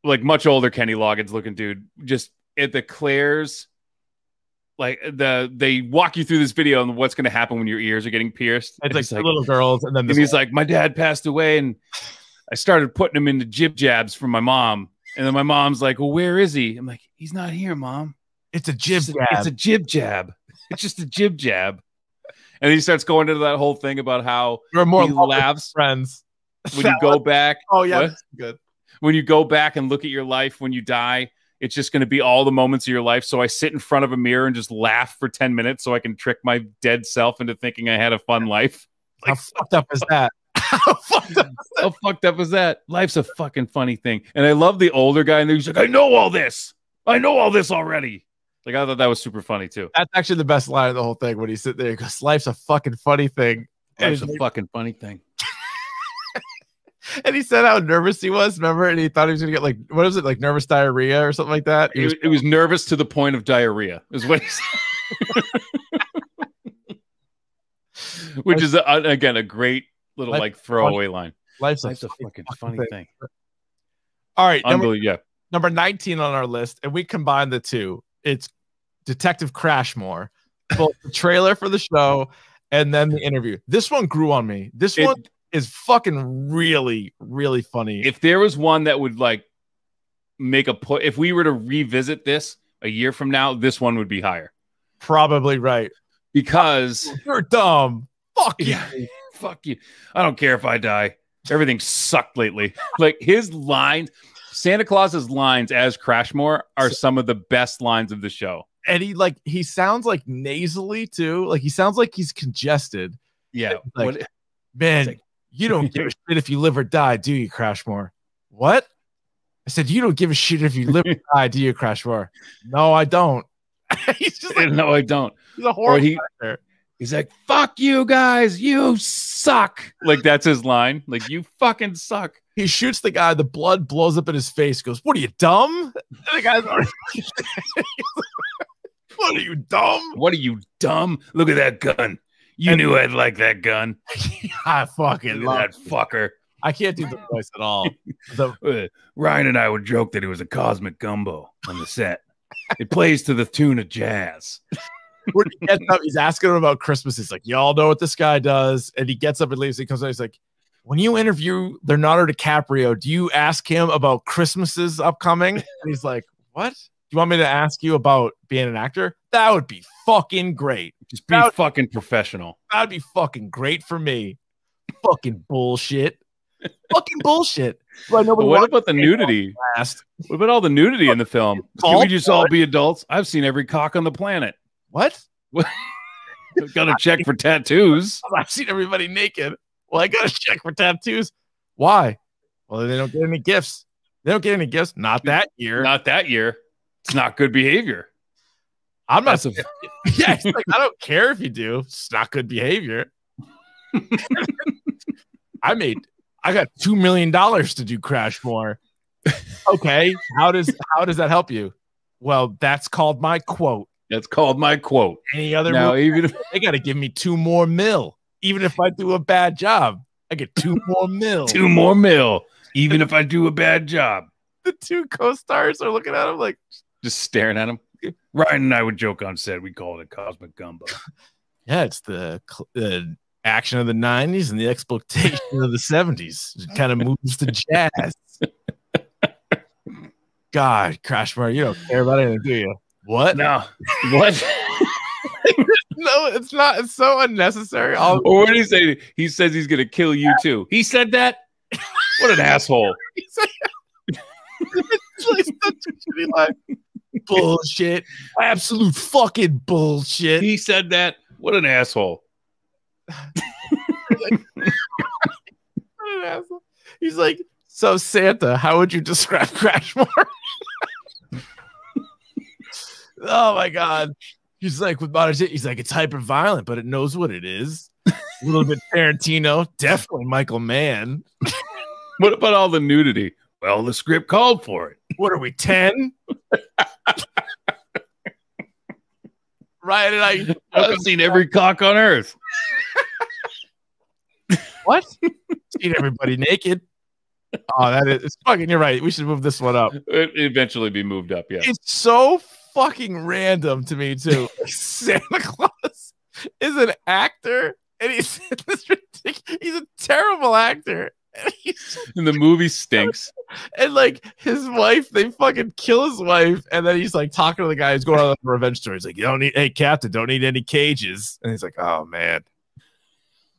Speaker 2: like much older Kenny Loggins looking dude, just at the Claire's, like the they walk you through this video and what's going to happen when your ears are getting pierced.
Speaker 1: It's
Speaker 2: And
Speaker 1: like,
Speaker 2: he's like,
Speaker 1: little girls, and then
Speaker 2: and
Speaker 1: this
Speaker 2: he's like, my dad passed away, and I started putting him into jib jabs for my mom. And then my mom's like, well, where is he? I'm like, he's not here, mom.
Speaker 1: it's a jib
Speaker 2: It's a-
Speaker 1: jab.
Speaker 2: It's a jib jab. It's just a jib jab. And he starts going into that whole thing about how
Speaker 1: You're more
Speaker 2: he
Speaker 1: in love with
Speaker 2: laughs
Speaker 1: friends.
Speaker 2: when you go back
Speaker 1: oh yeah,
Speaker 2: What?
Speaker 1: that's good.
Speaker 2: when you go back and look at your life when you die it's just going to be all the moments of your life so i sit in front of a mirror and just laugh for 10 minutes so i can trick my dead self into thinking i had a fun life
Speaker 1: How fucked up is that? How fucked up?
Speaker 2: how fucked up is that life's a fucking funny thing and i love the older guy and he's like i know all this i know all this already like i thought that was super funny too
Speaker 1: That's actually the best line of the whole thing when he's sitting there. He goes, "Life's a fucking funny thing," and,
Speaker 2: life's a fucking funny thing
Speaker 1: and he said how nervous he was. Remember, and he thought he was gonna get like what was it like nervous diarrhea or something like that. He
Speaker 2: it,
Speaker 1: was-
Speaker 2: was, it was nervous to the point of diarrhea is what he said which is a, again a great little
Speaker 1: Life-
Speaker 2: like throwaway line
Speaker 1: life's,
Speaker 2: Life's a fucking funny thing,
Speaker 1: All right, number,
Speaker 2: unbelievable yeah
Speaker 1: number nineteen on our list, and we combine the two. It's Detective Crashmore, both the trailer for the show and then the interview. This one grew on me. This
Speaker 2: It-
Speaker 1: one is fucking really, really funny.
Speaker 2: if there was one that would like make a put if we were to revisit this a year from now this one would be higher
Speaker 1: Probably right.
Speaker 2: because
Speaker 1: You're dumb. Fuck you.
Speaker 2: yeah fuck you i don't care if i die everything sucked lately like his lines santa claus's lines as crashmore are some of the best lines of the show
Speaker 1: And he like he sounds like nasally too. Like he sounds like he's congested.
Speaker 2: yeah
Speaker 1: Like,
Speaker 2: what-
Speaker 1: Man,
Speaker 2: It's like-
Speaker 1: you don't give a shit if you live or die, do you, Crashmore? What? I said you don't give a shit if you live or die, do you, Crashmore? No, I don't. he's just like
Speaker 2: no, I don't.
Speaker 1: he's a
Speaker 2: Or
Speaker 1: horrible.
Speaker 2: he
Speaker 1: actor.
Speaker 2: he's like, "Fuck you guys, you suck." Like that's his line. Like you fucking suck.
Speaker 1: he shoots the guy, the blood blows up in his face, goes, What are you dumb? And the guy's already What are you dumb?
Speaker 2: What are you dumb? Look at that gun. You knew I'd like that gun.
Speaker 1: I
Speaker 2: Look
Speaker 1: fucking
Speaker 2: at
Speaker 1: love
Speaker 2: that fucker.
Speaker 1: I can't do the voice at all. The-
Speaker 2: Uh, Ryan and I would joke that it was a cosmic gumbo on the set. It plays to the tune of jazz.
Speaker 1: when he gets up, he's asking him about Christmas. He's like, "Y'all know what this guy does," and he gets up and leaves. He comes out. He's like, "When you interview Leonardo DiCaprio, do you ask him about Christmases upcoming?" And he's like, "What? Do you want me to ask you about being an actor? That would be fucking great.
Speaker 2: Just be
Speaker 1: Now-
Speaker 2: fucking professional.
Speaker 1: That'd be fucking great for me. Fucking bullshit. fucking bullshit. Like
Speaker 2: But
Speaker 1: nobody
Speaker 2: what
Speaker 1: what
Speaker 2: about the nudity?
Speaker 1: asked
Speaker 2: What about all the nudity in the film? Can we just all be adults? I've seen every cock on the planet.
Speaker 1: what?
Speaker 2: Gotta check for tattoos.
Speaker 1: I've seen everybody naked. Well, I gotta check for tattoos. Why? Well, they don't get any gifts. They don't get any gifts. Not that year.
Speaker 2: Not that year. It's not good behavior.
Speaker 1: I'm not.
Speaker 2: That's a-
Speaker 1: yeah, it's like, I don't care if you do. It's not good behavior. I made. I got two million dollars to do Crash More. Okay, how does how does that help you? Well, that's called my quote.
Speaker 2: That's called my quote.
Speaker 1: Any other
Speaker 2: Now,
Speaker 1: movie,
Speaker 2: even if
Speaker 1: they got to give me two more mil, even if I do a bad job. I get two more mil.
Speaker 2: two more mil, even if I do a bad job,
Speaker 1: The two co-stars are looking at him like,
Speaker 2: just staring at him. Ryan and I would joke on set. We call it a cosmic gumbo.
Speaker 1: Yeah, it's the cl- the action of the '90s and the exploitation of the '70s. It kind of moves to jazz. God, Crash Mar, you don't care about anything, do you? What? No,
Speaker 2: Now, what?
Speaker 1: it's not. It's so unnecessary. All
Speaker 2: or what did he say? He says he's gonna kill you too. He said that. What an asshole!
Speaker 1: it's like such a shitty line. Bullshit. Absolute fucking bullshit.
Speaker 2: He said that. What an asshole!
Speaker 1: What an asshole. He's like, so Santa, how would you describe Crashmore? oh my god. He's like with modern shit. He's like, it's hyper violent, but it knows what it is. A little bit Tarantino, definitely Michael Mann.
Speaker 2: What about all the nudity? Well, the script called for it.
Speaker 1: What are we, 10? Ryan and I
Speaker 2: I've seen every cock on earth.
Speaker 1: what? Seen everybody naked. Oh, that is it's fucking you're right. We should move this one up.
Speaker 2: It eventually be moved up. Yeah.
Speaker 1: it's so fucking random to me too. Santa Claus is an actor, and he's this ridiculous. He's a terrible actor, and, he's,
Speaker 2: And the movie stinks.
Speaker 1: and like his wife, they fucking kill his wife, and then he's like talking to the guy who's going on a revenge story. He's like, "You don't need, hey Captain, don't need any cages," and he's like, "Oh man,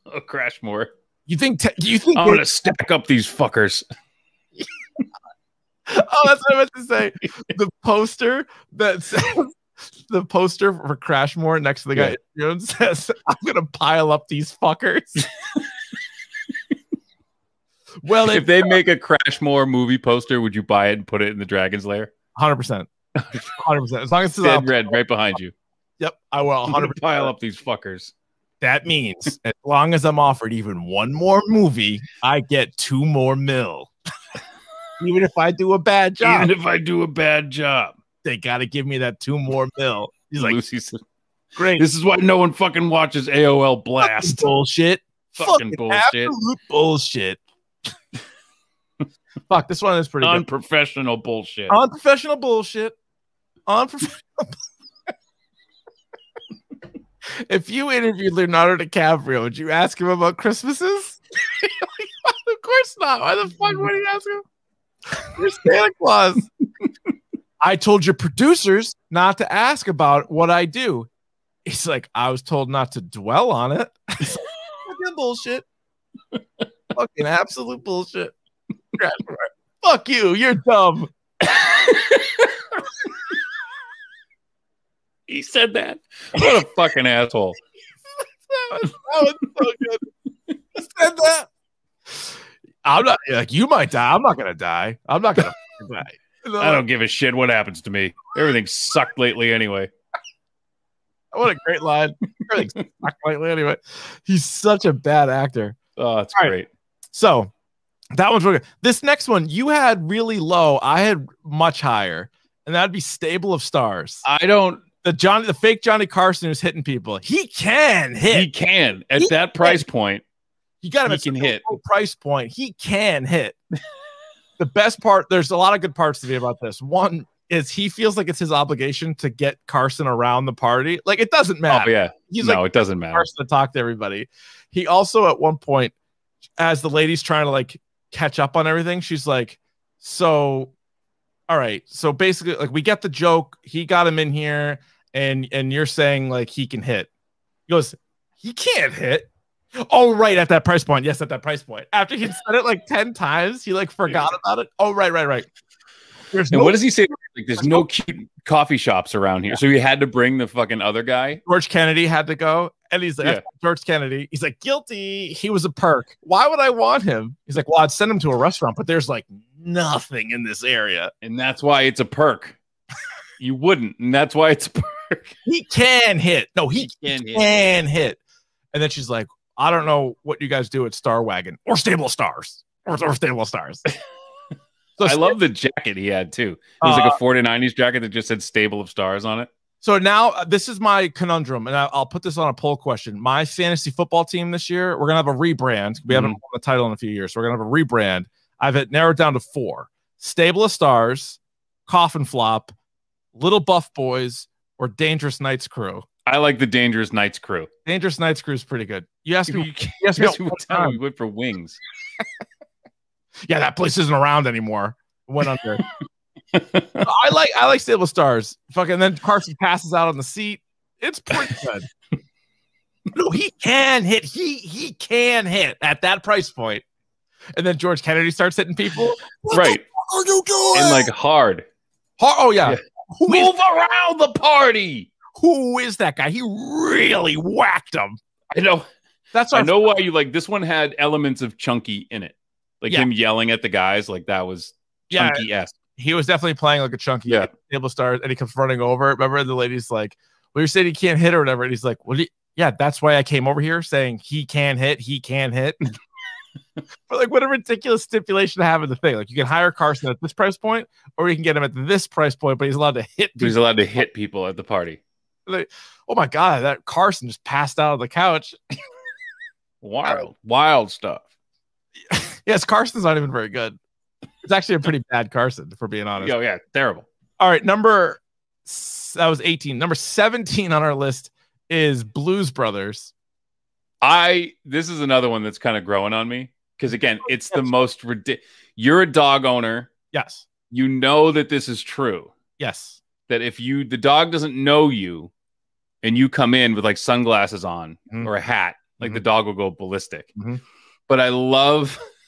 Speaker 2: Oh, crash more.
Speaker 1: you think te- you think
Speaker 2: I'm gonna stack up these fuckers.
Speaker 1: oh, that's what I meant to say. The poster that says the poster for Crashmore next to the guy Jones says, "I'm gonna pile up these fuckers." well,
Speaker 2: If
Speaker 1: it
Speaker 2: they make a Crash More movie poster, would you buy it and put it in the Dragon's Lair?
Speaker 1: 100, percent 100. percent As long as it's
Speaker 2: Dead
Speaker 1: out,
Speaker 2: red right behind you.
Speaker 1: yep, I will
Speaker 2: I'm
Speaker 1: 100.
Speaker 2: gonna pile up these fuckers.
Speaker 1: That means as long as I'm offered even one more movie, I get two more mil. even if I do a bad job,
Speaker 2: Even if I do a bad job.
Speaker 1: they gotta give me that two more mil. He's like,
Speaker 2: Lucy said,
Speaker 1: great.
Speaker 2: This is why no one fucking watches AOL
Speaker 1: fucking
Speaker 2: Blast.
Speaker 1: bullshit.
Speaker 2: Fucking bullshit.
Speaker 1: Absolute bullshit. Fuck, this one is pretty good. Uh,
Speaker 2: Unprofessional bullshit.
Speaker 1: Unprofessional bullshit. Unprofessional. if you interviewed Leonardo DiCaprio, would you ask him about Christmases? of course not. Why the fuck would he ask him? You're Santa Claus. I told your producers not to ask about what I do. He's like, I was told not to dwell on it. It's like, Fucking bullshit. Fucking absolute bullshit. Fuck you. You're dumb.
Speaker 2: he said that. What a fucking asshole.
Speaker 1: that was, that was so good. You said that. I'm not like you might die. I'm not gonna die. I'm not gonna fucking die.
Speaker 2: I don't give a shit what happens to me. Everything sucked lately anyway.
Speaker 1: What a great line. Everything's not quite anyway. He's such a bad actor.
Speaker 2: Oh, it's
Speaker 1: All right.
Speaker 2: great.
Speaker 1: So that one's really good. This next one you had really low. I had much higher, and that'd be Stable of Stars.
Speaker 2: I don't
Speaker 1: The Johnny, the fake Johnny Carson who's hitting people. He can hit.
Speaker 2: he can at
Speaker 1: He-
Speaker 2: that price point.
Speaker 1: You got him
Speaker 2: He
Speaker 1: at
Speaker 2: can
Speaker 1: such a
Speaker 2: hit.
Speaker 1: low price point. He can hit. the best part, there's a lot of good parts to me about this. One is he feels like it's his obligation to get Carson around the party. Like it doesn't
Speaker 2: Oh
Speaker 1: matter.
Speaker 2: yeah.
Speaker 1: He's
Speaker 2: no,
Speaker 1: like
Speaker 2: it doesn't matter.
Speaker 1: Carson to talk to everybody. He also at one point, as the lady's trying to like catch up on everything, she's like, "So, all right. So basically, like we get the joke. He got him in here, and and you're saying like he can hit. He goes, he can't hit. Oh, right, at that price point. Yes, at that price point. After he'd said it like 10 times, he like forgot about it. Oh, right, right, right. There's
Speaker 2: And
Speaker 1: no
Speaker 2: what does he say? Like, there's no cute coffee shops around here. So he had to bring the fucking other guy.
Speaker 1: George Kennedy had to go. And he's like,
Speaker 2: Yeah.
Speaker 1: "That's George Kennedy. He's like, guilty. He was a perk. Why would I want him? He's like, well, I'd send him to a restaurant, but there's like nothing in this area.
Speaker 2: And that's why it's a perk. you wouldn't. And that's why it's a perk. work.
Speaker 1: he can hit. No, he
Speaker 2: Can
Speaker 1: can,
Speaker 2: hit.
Speaker 1: hit. And then she's like, I don't know what you guys do at Star Wagon or Stable of Stars or, or Stable of Stars. so,
Speaker 2: I love the jacket he had too. It was like a 4090s jacket that just said Stable of Stars on it.
Speaker 1: So now uh, this is my conundrum, and I, I'll put this on a poll question. My fantasy football team this year, we're gonna have a rebrand. We
Speaker 2: Mm-hmm.
Speaker 1: haven't won the title in a few years, so we're gonna have a rebrand. I've it narrowed down to four: Stable of Stars, Coffin Flop, Little Buff Boys, or Dangerous Knights Crew.
Speaker 2: I like the Dangerous Knights crew.
Speaker 1: Dangerous Knights Crew is pretty good. You asked
Speaker 2: You
Speaker 1: me. You asked me
Speaker 2: guys
Speaker 1: at
Speaker 2: who
Speaker 1: one
Speaker 2: time
Speaker 1: time.
Speaker 2: we went for wings.
Speaker 1: yeah, that place isn't around anymore. It Went under. I like I like Stable Stars. Fucking then Carson passes out on the seat. It's pretty good. no, he can hit. He he can hit at that price point. And then George Kennedy starts hitting people.
Speaker 2: right.
Speaker 3: What are you doing?
Speaker 2: And like hard.
Speaker 1: Har- oh yeah.
Speaker 2: Yeah.
Speaker 1: Who is,
Speaker 2: Move around the party.
Speaker 1: who is that guy? He really whacked him.
Speaker 2: I know
Speaker 1: That's
Speaker 2: I
Speaker 1: our
Speaker 2: know why you like this one had elements of chunky in it. Like
Speaker 1: Yeah.
Speaker 2: him yelling at the guys, like that was
Speaker 1: Yeah.
Speaker 2: chunky esque.
Speaker 1: he was definitely playing like a chunky
Speaker 2: Yeah.
Speaker 1: table star and he comes running over. Remember the lady's like, Well, you're saying he can't hit or whatever. And he's like, Well, he- yeah, that's why I came over here saying he can hit, he can hit. but like what a ridiculous stipulation to have in the thing. Like you can hire Carson at this price point, or you can get him at this price point, but he's allowed to hit
Speaker 2: He's
Speaker 1: people.
Speaker 2: allowed to hit people at the party.
Speaker 1: Oh my god, that Carson just passed out on the couch.
Speaker 2: Wild, wild stuff.
Speaker 1: Yes, Carson's not even very good. It's actually a pretty bad Carson, if we're being honest.
Speaker 2: Yo, yeah, terrible.
Speaker 1: All right, number s- that was 18. Number 17 on our list is Blues Brothers.
Speaker 2: I this is another one that's kind of growing on me because again,
Speaker 1: Oh,
Speaker 2: it's the most ridiculous. You're a dog owner.
Speaker 1: Yes.
Speaker 2: You know that this is true.
Speaker 1: Yes.
Speaker 2: That if you the dog doesn't know you, and you come in with like sunglasses on
Speaker 1: Mhm.
Speaker 2: or a hat, like the
Speaker 1: Mhm.
Speaker 2: dog will go ballistic.
Speaker 1: Mhm.
Speaker 2: But I love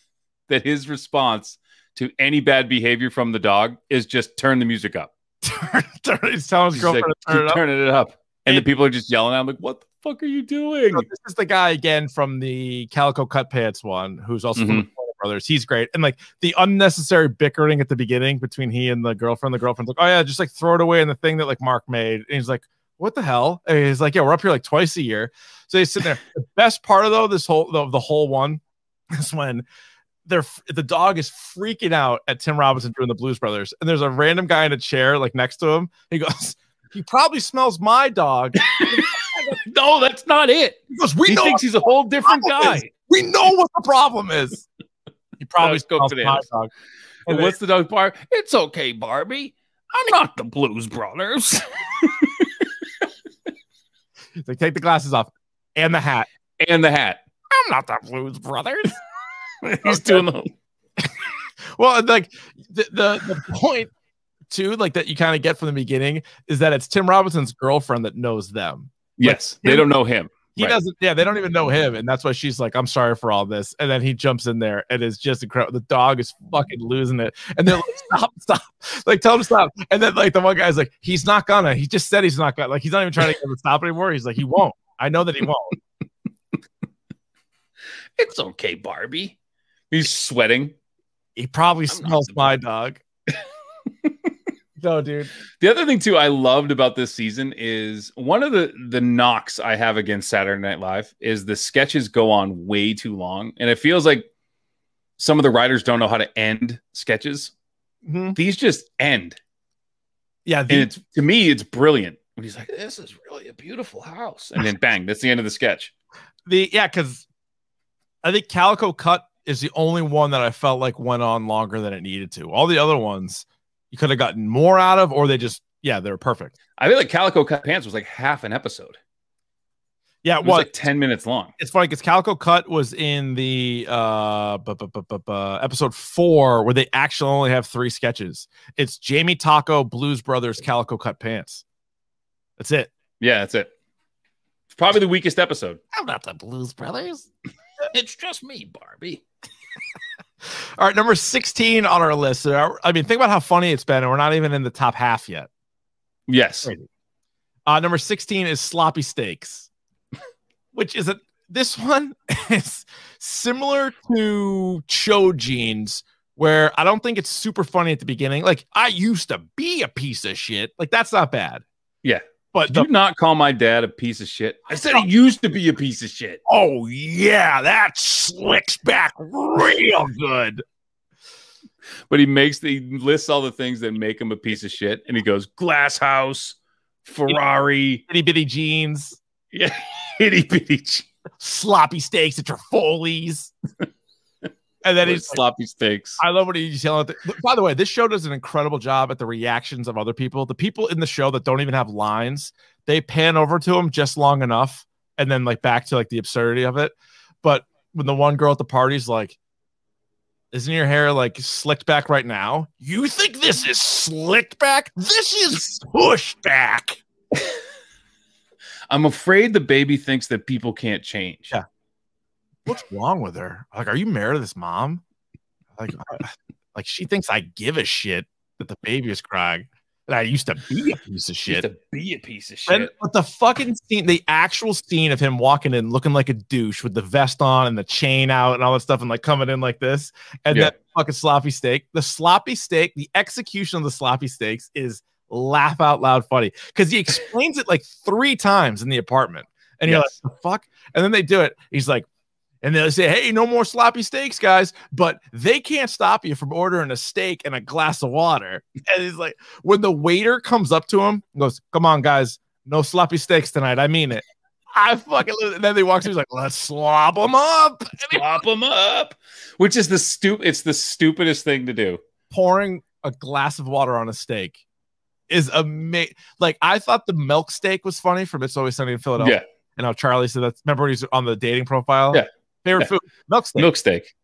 Speaker 2: that his response to any bad behavior from the dog is just turn the music up.
Speaker 1: turn, turn, he's telling his
Speaker 2: He's like,
Speaker 1: girlfriend to turn
Speaker 2: "Keep
Speaker 1: it up.
Speaker 2: turning it up. And the
Speaker 1: And-
Speaker 2: people are just yelling at him like, "What the fuck are you doing?"
Speaker 1: So this is the guy again from the Calico Cut Pants one, who's also from the Warner Brothers. He's great. And like the unnecessary bickering at the beginning between he and the girlfriend. The girlfriend's like, oh yeah, just like throw it away in the thing that like Mark made. And he's like, what the hell? And he's like, yeah, we're up here like twice a year. So he's sitting there. the best part of though, this whole of the whole one is when they're the dog is freaking out at Tim Robinson doing the Blues Brothers, and there's a random guy in a chair like next to him. He goes, he probably smells my dog.
Speaker 2: No, that's not it.
Speaker 1: He goes, we
Speaker 2: he
Speaker 1: know
Speaker 2: thinks he's a whole different
Speaker 1: problem
Speaker 2: guy.
Speaker 1: is. We know what the problem is. He probably
Speaker 2: Let's go
Speaker 1: smells
Speaker 2: for the
Speaker 1: my
Speaker 2: answer.
Speaker 1: dog.
Speaker 2: And what's the dog part? It's okay, Barbie. I'm not the Blues Brothers.
Speaker 1: He's like, take the glasses off and the hat.
Speaker 2: and the hat.
Speaker 1: I'm not the Blues Brothers.
Speaker 2: He's doing the.
Speaker 1: well, and, like the, the the point too, like that you kind of get from the beginning is that it's Tim Robinson's girlfriend that knows them.
Speaker 2: Yes, they don't know him.
Speaker 1: He
Speaker 2: Right.
Speaker 1: doesn't. Yeah, they don't even know him, and that's why she's like, "I'm sorry for all this." And then he jumps in there, and it's just incredible. The dog is fucking losing it, and they're like, "Stop, stop!" Like, tell him to stop. And then like the one guy's like, "He's not gonna." He just said he's not gonna. Like, he's not even trying to get him to stop anymore. He's like, "He won't." I know that he won't.
Speaker 2: It's okay, Barbie. He's sweating.
Speaker 1: He probably
Speaker 2: not
Speaker 1: smells
Speaker 2: the
Speaker 1: my dog. no, dude.
Speaker 2: The other thing too I loved about this season is one of the the knocks I have against Saturday Night Live is the sketches go on way too long, and it feels like some of the writers don't know how to end sketches.
Speaker 1: Mhm.
Speaker 2: These just end.
Speaker 1: Yeah,
Speaker 2: and
Speaker 1: the,
Speaker 2: it's to me, it's brilliant. When he's like, "This is really a beautiful house," and then bang, that's the end of the sketch.
Speaker 1: the yeah, because I think Calico Cut is the only one that I felt like went on longer than it needed to. All the other ones you could have gotten more out of, or they just yeah, they're perfect.
Speaker 2: I feel like Calico Cut Pants was like half an episode.
Speaker 1: Yeah,
Speaker 2: It
Speaker 1: it
Speaker 2: was
Speaker 1: was.
Speaker 2: like ten minutes long.
Speaker 1: it's funny because Calico Cut was in the uh bu- bu- bu- bu- bu- episode four where they actually only have three sketches. It's Jamie Taco, Blues Brothers, Calico Cut Pants. That's it.
Speaker 2: Yeah, that's it. It's probably the weakest episode.
Speaker 1: I'm not the Blues Brothers.
Speaker 2: It's just me, Barbie.
Speaker 1: All right, number 16 on our list. So, our- I mean, think about how funny it's been, and we're not even in the top half yet.
Speaker 2: Yes,
Speaker 1: Right. Uh, number 16 is sloppy steaks, which is a this one is similar to Cho jeans, where I don't think it's super funny at the beginning. Like I used to be a piece of shit. Like that's not bad.
Speaker 2: Yeah.
Speaker 1: But
Speaker 2: Do
Speaker 1: the,
Speaker 2: you not call my dad a piece of shit? I said it used to be a piece of shit.
Speaker 1: oh yeah, that slicks back real good.
Speaker 2: But he makes the he lists all the things that make him a piece of shit, and he goes glass house, Ferrari,
Speaker 1: Itty bitty jeans,
Speaker 2: yeah, itty bitty, ch-
Speaker 1: sloppy steaks at your Foley's, and then
Speaker 2: with
Speaker 1: he's.
Speaker 2: sloppy steaks.
Speaker 1: I love what he's yelling. At the, by the way, this show does an incredible job at the reactions of other people. The people in the show that don't even have lines, they pan over to him just long enough, and then like back to like the absurdity of it. But when the one girl at the party's like, "Isn't your hair like slicked back right now?" You think this is slicked back? This is pushed back.
Speaker 2: I'm afraid the baby thinks that people can't change.
Speaker 1: Yeah. What's wrong with her? Like, are you married to this mom? Like, I- like she thinks I give a shit that the baby is crying. And I used to be a piece of shit.
Speaker 2: Used to be a piece of shit.
Speaker 1: And but the fucking scene, the actual scene of him walking in looking like a douche with the vest on and the chain out and all that stuff and like coming in like this and
Speaker 2: Yeah.
Speaker 1: that fucking sloppy steak. The sloppy steak, the execution of the sloppy steaks is laugh out loud funny because he explains it like three times in the apartment. And you're like, the fuck? And then they do it. He's like, and they'll say, hey, no more sloppy steaks, guys. But they can't stop you from ordering a steak and a glass of water. And he's like, when the waiter comes up to him, and goes, come on, guys, no sloppy steaks tonight. I mean it. I fucking love it. And then they walks through, he's like, let's slop them up. And he-
Speaker 2: Pop them up, which is the stu- It's the stupidest thing to do.
Speaker 1: pouring a glass of water on a steak is amazing. Like, I thought the milk steak was funny from It's Always Sunny in Philadelphia.
Speaker 2: Yeah,
Speaker 1: And how Charlie said that's remember when he's on the dating profile?
Speaker 2: Yeah.
Speaker 1: Favorite
Speaker 2: Yeah.
Speaker 1: food, milk steak.
Speaker 2: milk steak,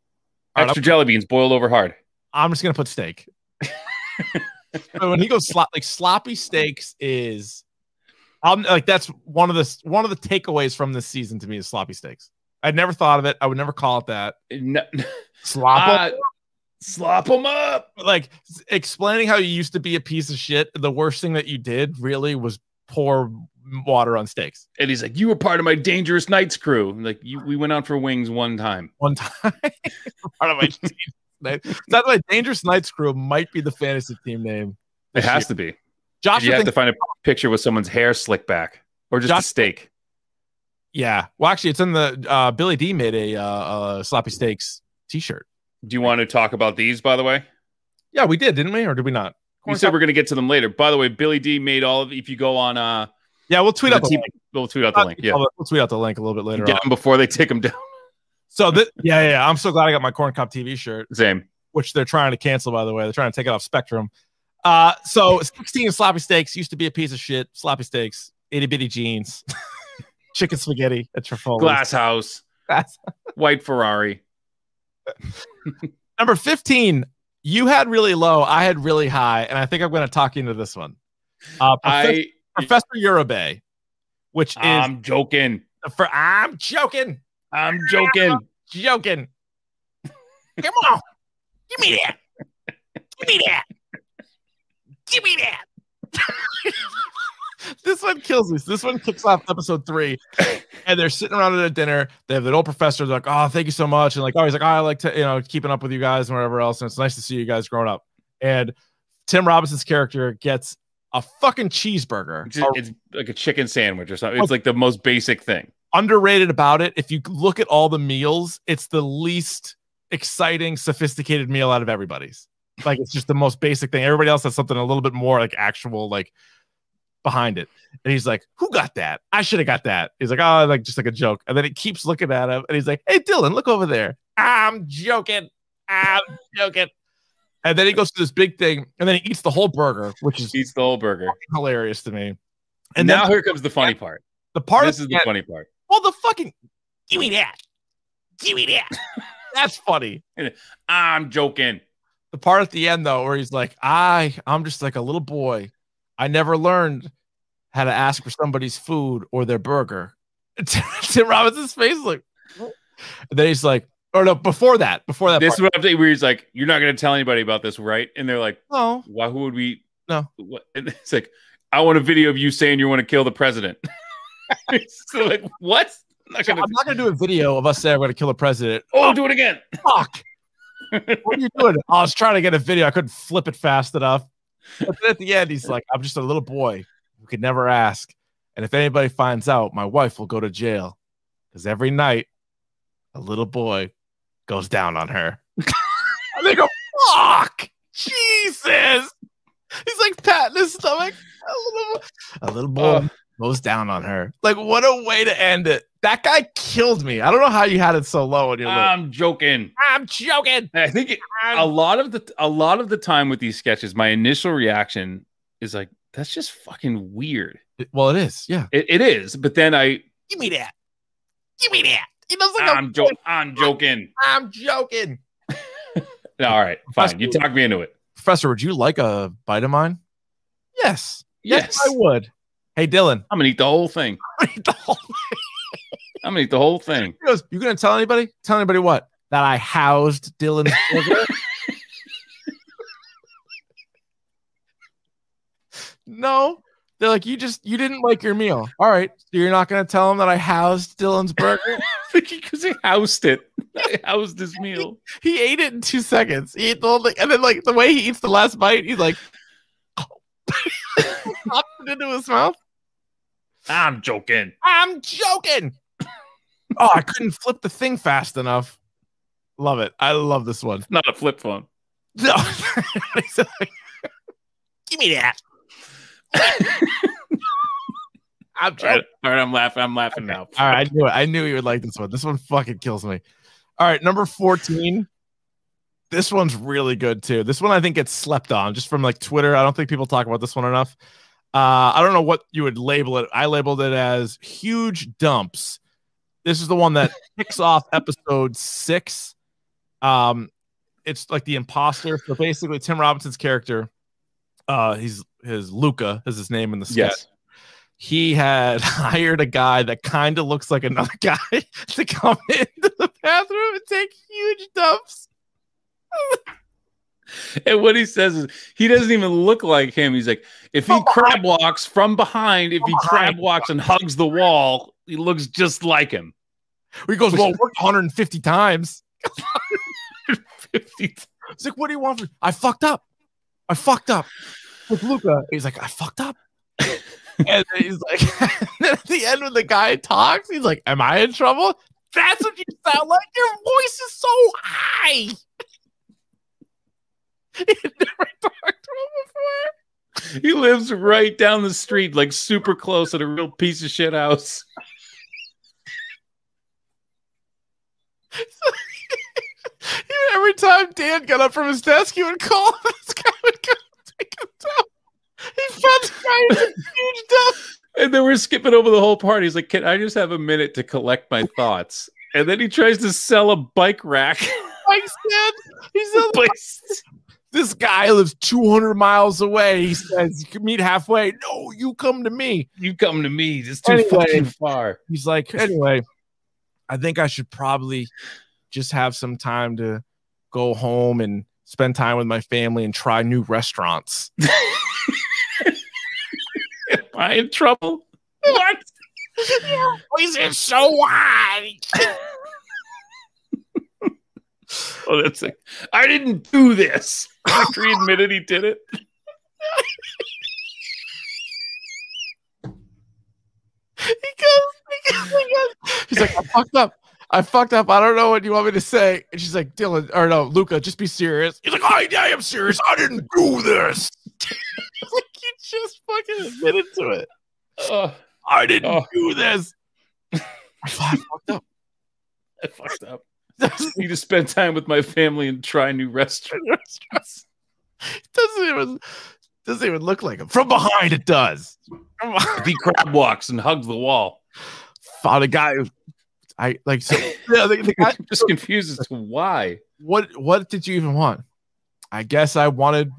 Speaker 1: All right,
Speaker 2: extra jelly beans boiled over hard.
Speaker 1: I'm just gonna put steak. but when he goes slop, like sloppy steaks is, I'm like that's one of the one of the takeaways from this season to me is sloppy steaks. I'd never thought of it. I would never call it that.
Speaker 2: No-
Speaker 1: Slop 'em.
Speaker 2: Ah, slop them up.
Speaker 1: Uh, like s- explaining how you used to be a piece of shit. The worst thing that you did really was pour water on steaks
Speaker 2: And he's like, "You were part of my dangerous nights crew." I'm like, you, we went out for wings one time.
Speaker 1: one time. Part of my team. Night. That's why Dangerous Knights crew might be the fantasy team name.
Speaker 2: It
Speaker 1: this
Speaker 2: has
Speaker 1: year.
Speaker 2: to be.
Speaker 1: Joshua
Speaker 2: you have
Speaker 1: thinks,
Speaker 2: to find a picture with someone's hair slicked back, or just a
Speaker 1: Josh-
Speaker 2: steak.
Speaker 1: yeah. Well, actually, it's in the uh, Billy D made a uh, uh, sloppy steaks T-shirt.
Speaker 2: Do you want to talk about these? By the way,
Speaker 1: Yeah, we did, didn't we? Or did we not?
Speaker 2: you said we're going to get to them later. By the way, Billy D made all of. If you go on, uh,
Speaker 1: Yeah, we'll tweet
Speaker 2: the
Speaker 1: out the
Speaker 2: team-
Speaker 1: link.
Speaker 2: we'll tweet out the link. Yeah,
Speaker 1: We'll tweet out the link a little bit later
Speaker 2: get
Speaker 1: on.
Speaker 2: them before they take them down.
Speaker 1: So, thi- yeah, yeah, yeah, I'm so glad I got my Corn Cop TV shirt.
Speaker 2: Same.
Speaker 1: which they're trying to cancel, by the way. They're trying to take it off Spectrum. Uh, so 16 sloppy steaks used to be a piece of shit. Sloppy steaks, itty bitty jeans, chicken spaghetti at Trifoli's.
Speaker 2: Glass house,
Speaker 1: Glass.
Speaker 2: white Ferrari.
Speaker 1: Number 15, you had really low, I had really high, and I think I'm going to talk you into this one. Uh, Professor,
Speaker 2: I
Speaker 1: Professor Uribe, which is
Speaker 2: I'm joking.
Speaker 1: the fir- I'm joking,
Speaker 2: I'm joking.
Speaker 1: joking. Come on, give me that, give me that, give me that. this one kills me. This one kicks off episode three, and they're sitting around at a dinner. They have that old professor they're like, "Oh, thank you so much," and like, "Oh, he's like, oh, I like to, you know, keeping up with you guys and whatever else." And it's nice to see you guys growing up. And Tim Robinson's character gets a fucking cheeseburger.
Speaker 2: It's, it's like a chicken sandwich or something. It's
Speaker 1: Oh.
Speaker 2: like the most basic thing.
Speaker 1: underrated about it. If you look at all the meals, it's the least exciting, sophisticated meal out of everybody's. Like it's just the most basic thing. Everybody else has something a little bit more like actual, like behind it. And he's like, Who got that? I should have got that. He's like, Oh, like just like a joke. And then it keeps looking at him and he's like, Hey Dylan, look over there. I'm joking. I'm joking. And then he goes to this big thing and then he eats the whole burger, which is
Speaker 2: Eats the whole burger.
Speaker 1: hilarious to me.
Speaker 2: And
Speaker 1: And
Speaker 2: now
Speaker 1: now
Speaker 2: here comes the funny part.
Speaker 1: the part
Speaker 2: this
Speaker 1: of
Speaker 2: is the funny part.
Speaker 1: well, the fucking give me that, give me that. That's funny.
Speaker 2: I'm joking.
Speaker 1: The part at the end though, where he's like, "I, I'm just like a little boy. I never learned how to ask for somebody's food or their burger." Tim Robinson's face is like, "What?" and then he's like, "Or no, before that, before that."
Speaker 2: This is
Speaker 1: Part,
Speaker 2: what I'm saying. Where he's like, "You're not going to tell anybody about this, right?" And they're like,
Speaker 1: no,
Speaker 2: "Why? Who would we?"
Speaker 1: No.
Speaker 2: What? And it's like, "I want a video of you saying you want to kill the president." so like, what? I'm not
Speaker 1: I'm
Speaker 2: gonna-
Speaker 1: not gonna do a video of us saying we're gonna kill a president.
Speaker 2: oh, do it again.
Speaker 1: Fuck. what are you doing? I was trying to get a video. I couldn't flip it fast enough. But then at the end, he's like, I'm just a little boy who could never ask And if anybody finds out, my wife will go to jail because every night a little boy goes down on her. I think, fuck, Jesus. He's like patting his stomach. A little, a little boy goes down on her. Like, what a way to end it. That guy killed me. I don't know how you had it so low on your list.
Speaker 2: I'm joking.
Speaker 1: I'm joking.
Speaker 2: I think it, a lot of the a lot of the time with these sketches, my initial reaction is like, "That's just fucking weird."
Speaker 1: Well, it is. Yeah.
Speaker 2: It, it is, but then I,
Speaker 1: Give me that. Give me that. He doesn't look
Speaker 2: I'm joking. I'm joking.
Speaker 1: I'm joking.
Speaker 2: All right, fine. You talk me into it.
Speaker 1: Professor, would you like a bite of mine? Yes.
Speaker 2: Yes,
Speaker 1: I would. Hey, Dylan.
Speaker 2: I'm gonna eat the whole thing. I'm gonna eat the whole thing.
Speaker 1: He goes, You gonna tell anybody? Tell anybody what? That I housed Dylan. Silver?" no. They're like, you just you didn't like your meal. All right. So you're not gonna tell him that I housed Dylan's burger.
Speaker 2: Because I housed it. I housed this meal.
Speaker 1: he ate it in two seconds. He ate the whole thing, and then like the way he eats the last bite, he's like pops it into his mouth.
Speaker 2: I'm joking.
Speaker 1: I'm joking. oh, I couldn't flip the thing fast enough. Love it. I love this one.
Speaker 2: Not a flip phone.
Speaker 1: No. He's like, Give me that. I'm
Speaker 2: All right,
Speaker 1: joking.
Speaker 2: all right I'm laughing. I'm laughing now.
Speaker 1: All right, I knew it. I knew you would like this one. This one fucking kills me. All right, number 14. This one's really good too. This one I think gets slept on just from like Twitter. I don't think people talk about this one enough. Uh, I don't know what you would label it. I labeled it as huge dumps. This is the one that kicks off episode six. Um, it's like the imposter. So basically, Tim Robinson's character, uh, he's his Luca is his name in the sketch
Speaker 2: Yes.
Speaker 1: he had hired a guy that kind of looks like another guy to come into the bathroom and take huge dumps.
Speaker 2: And what he says is he doesn't even look like him. He's like, if he crab walks from behind, if he crab walks and hugs the wall, he looks just like him.
Speaker 1: He goes, Well, it worked 150 times.
Speaker 2: Fifty times.
Speaker 1: He's like, What do you want from I fucked up. I fucked up. With Luca, he's like, I fucked up. and then he's like, and then at the end when the guy talks, he's like, Am I in trouble? That's what you sound like. Your voice is so high. he had never talked to him before.
Speaker 2: He lives right down the street, like super close at a real piece of shit house.
Speaker 1: Even every time Dan got up from his desk, he would call him. This guy would go take him down. He found this guy with a huge dump.
Speaker 2: And then we're skipping over the whole part. He's like, Can I just have a minute to collect my thoughts? And then he tries to sell a bike rack.
Speaker 1: Like said, he says, "This guy lives 200 miles away." He says, "You can meet halfway." No, you come to me.
Speaker 2: you come to me, just too
Speaker 1: Anyway.
Speaker 2: fucking far.
Speaker 1: He's like, "Anyway, I think I should probably just have some time to go home and spend time with my family and try new restaurants."
Speaker 2: Am I in trouble? What?
Speaker 1: He's so high.
Speaker 2: Oh, that's like, I didn't do this. After he admitted he did it.
Speaker 1: he goes, he goes, he goes. He's like, I fucked up. I fucked up. I don't know what you want me to say. And she's like, Dylan, or no, Luca, just be serious. He's like, I, I am serious. I didn't do this. It's like, you just fucking admitted to it.
Speaker 2: Oh,
Speaker 1: I didn't
Speaker 2: Oh.
Speaker 1: do this. I fucked up.
Speaker 2: I fucked up. need to spend time with my family and try new restaurants.
Speaker 1: doesn't even doesn't even look like him. From behind, it does. From behind.
Speaker 2: he crab walks and hugs the wall.
Speaker 1: Found a guy. who- I like so. Yeah, the, the guy,
Speaker 2: I'm just confused as to why.
Speaker 1: what what did you even want? I guess I wanted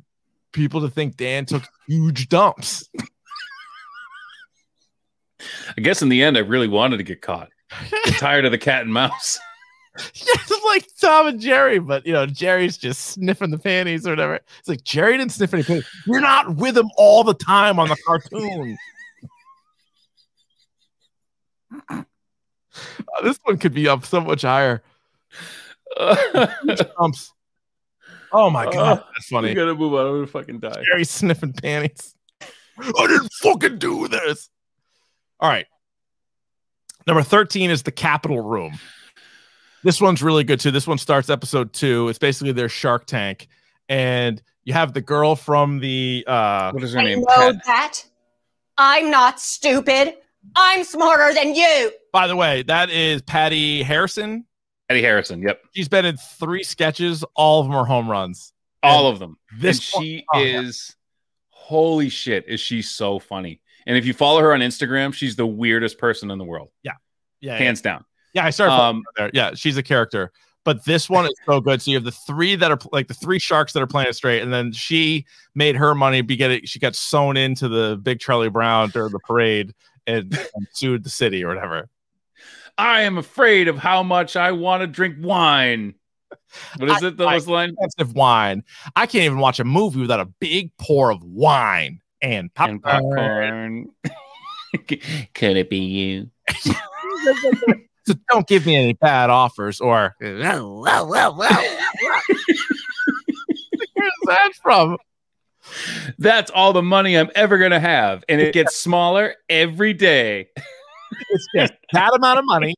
Speaker 1: people to think Dan took huge dumps.
Speaker 2: I guess in the end, I really wanted to get caught. I'm tired of the cat and mouse.
Speaker 1: Just like Tom and Jerry, but you know, Jerry's just sniffing the panties or whatever. It's like Jerry didn't sniff any panties. You're not with him all the time on the cartoon. Oh, Uh, this one could be up so much higher. Dumps. Oh my god,
Speaker 2: Oh,
Speaker 1: that's
Speaker 2: We
Speaker 1: funny.
Speaker 2: gotta move on. I'm gonna fucking die.
Speaker 1: Jerry sniffing panties. I didn't fucking do this. All right. Number 13 is the Capitol Room. This one's really good too. This one starts episode two. It's basically their Shark Tank, and you have the girl from the uh,
Speaker 2: What is her
Speaker 5: I
Speaker 2: name?
Speaker 5: know
Speaker 2: Kat.
Speaker 5: that. I'm not stupid. I'm smarter than you.
Speaker 1: By the way, that is Patty Harrison.
Speaker 2: Eddie Harrison. Yep.
Speaker 1: She's been in three sketches. All of them are home runs.
Speaker 2: All of them.
Speaker 1: This
Speaker 2: and she
Speaker 1: one- oh, yeah.
Speaker 2: is holy shit, is she so funny. And if you follow her on Instagram, she's the weirdest person in the world.
Speaker 1: Yeah, yeah,
Speaker 2: Hands down.
Speaker 1: yeah. I started following
Speaker 2: Um,
Speaker 1: her there. Yeah, she's a character. But this one is so good. So you have the three that are like the three sharks that are playing it straight, and then she made her money be getting. She got sewn into the big Charlie Brown during the parade and, and sued the city or whatever.
Speaker 2: I am afraid of how much I want to drink wine. What is it? That
Speaker 1: I-
Speaker 2: was the line?
Speaker 1: expensive wine. I can't even watch a movie without a big pour of wine and popcorn.
Speaker 2: And popcorn. Could it be you?
Speaker 1: so don't give me any bad offers or where's that from?
Speaker 2: That's all the money I'm ever gonna have. And it gets smaller every day.
Speaker 1: It's just that amount of money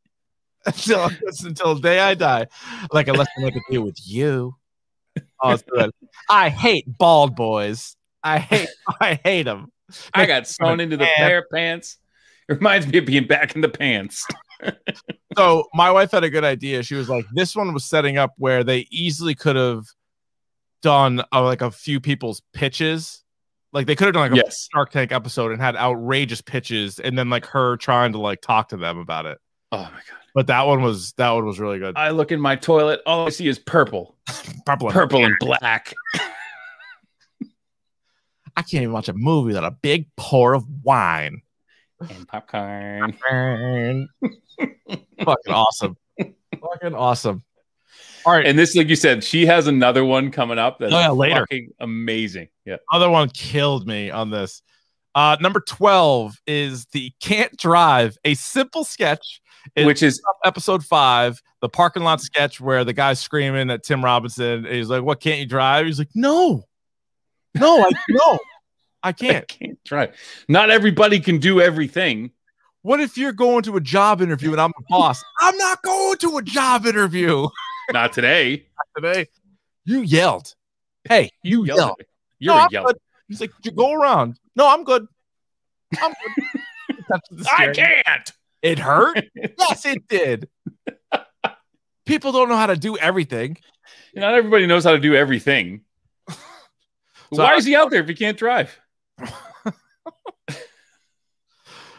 Speaker 1: until until the day I die. Like unless I make a deal with you. Oh, it's good. I hate bald boys. I hate I hate them.
Speaker 2: I got sewn into the flare pants. It reminds me of being back in the pants.
Speaker 1: so my wife had a good idea. She was like, this one was setting up where they easily could have done uh, like a few people's pitches. Like they could have done like a
Speaker 2: Yes.
Speaker 1: Shark Tank episode and had outrageous pitches, and then like her trying to like talk to them about it.
Speaker 2: Oh my god.
Speaker 1: But that one was that one was really good.
Speaker 2: I look in my toilet, all I see is purple.
Speaker 1: Purple. and-
Speaker 2: Purple and black.
Speaker 1: I can't even watch a movie without a big pour of wine.
Speaker 2: And popcorn.
Speaker 1: Fucking awesome. Fucking awesome. All right.
Speaker 2: And this, like you said, she has another one coming up that's
Speaker 1: Oh, yeah, later.
Speaker 2: fucking amazing. Yeah.
Speaker 1: other one killed me on this. Uh, number 12 is the Can't Drive, a simple sketch. It-
Speaker 2: Which is
Speaker 1: Episode five, the parking lot sketch where the guy's screaming at Tim Robinson. And he's like, What can't you drive? He's like, No, no, I no, I
Speaker 2: I
Speaker 1: can't.
Speaker 2: can't try. Not everybody can do everything.
Speaker 1: What if you're going to a job interview and I'm the boss? I'm not going to a job interview
Speaker 2: Not today.
Speaker 1: today. You yelled. Hey, you
Speaker 2: Yell at
Speaker 1: yelled.
Speaker 2: me. You're
Speaker 1: no,
Speaker 2: a
Speaker 1: I'm
Speaker 2: yell.
Speaker 1: good. He's like, "You go around. No, I'm good. I'm good. That's the
Speaker 2: I
Speaker 1: scary-
Speaker 2: can't.
Speaker 1: It hurt? yes, it did. People don't know how to do everything.
Speaker 2: Not everybody knows how to do everything.
Speaker 1: So
Speaker 2: Why
Speaker 1: I-
Speaker 2: is he out there if he can't drive?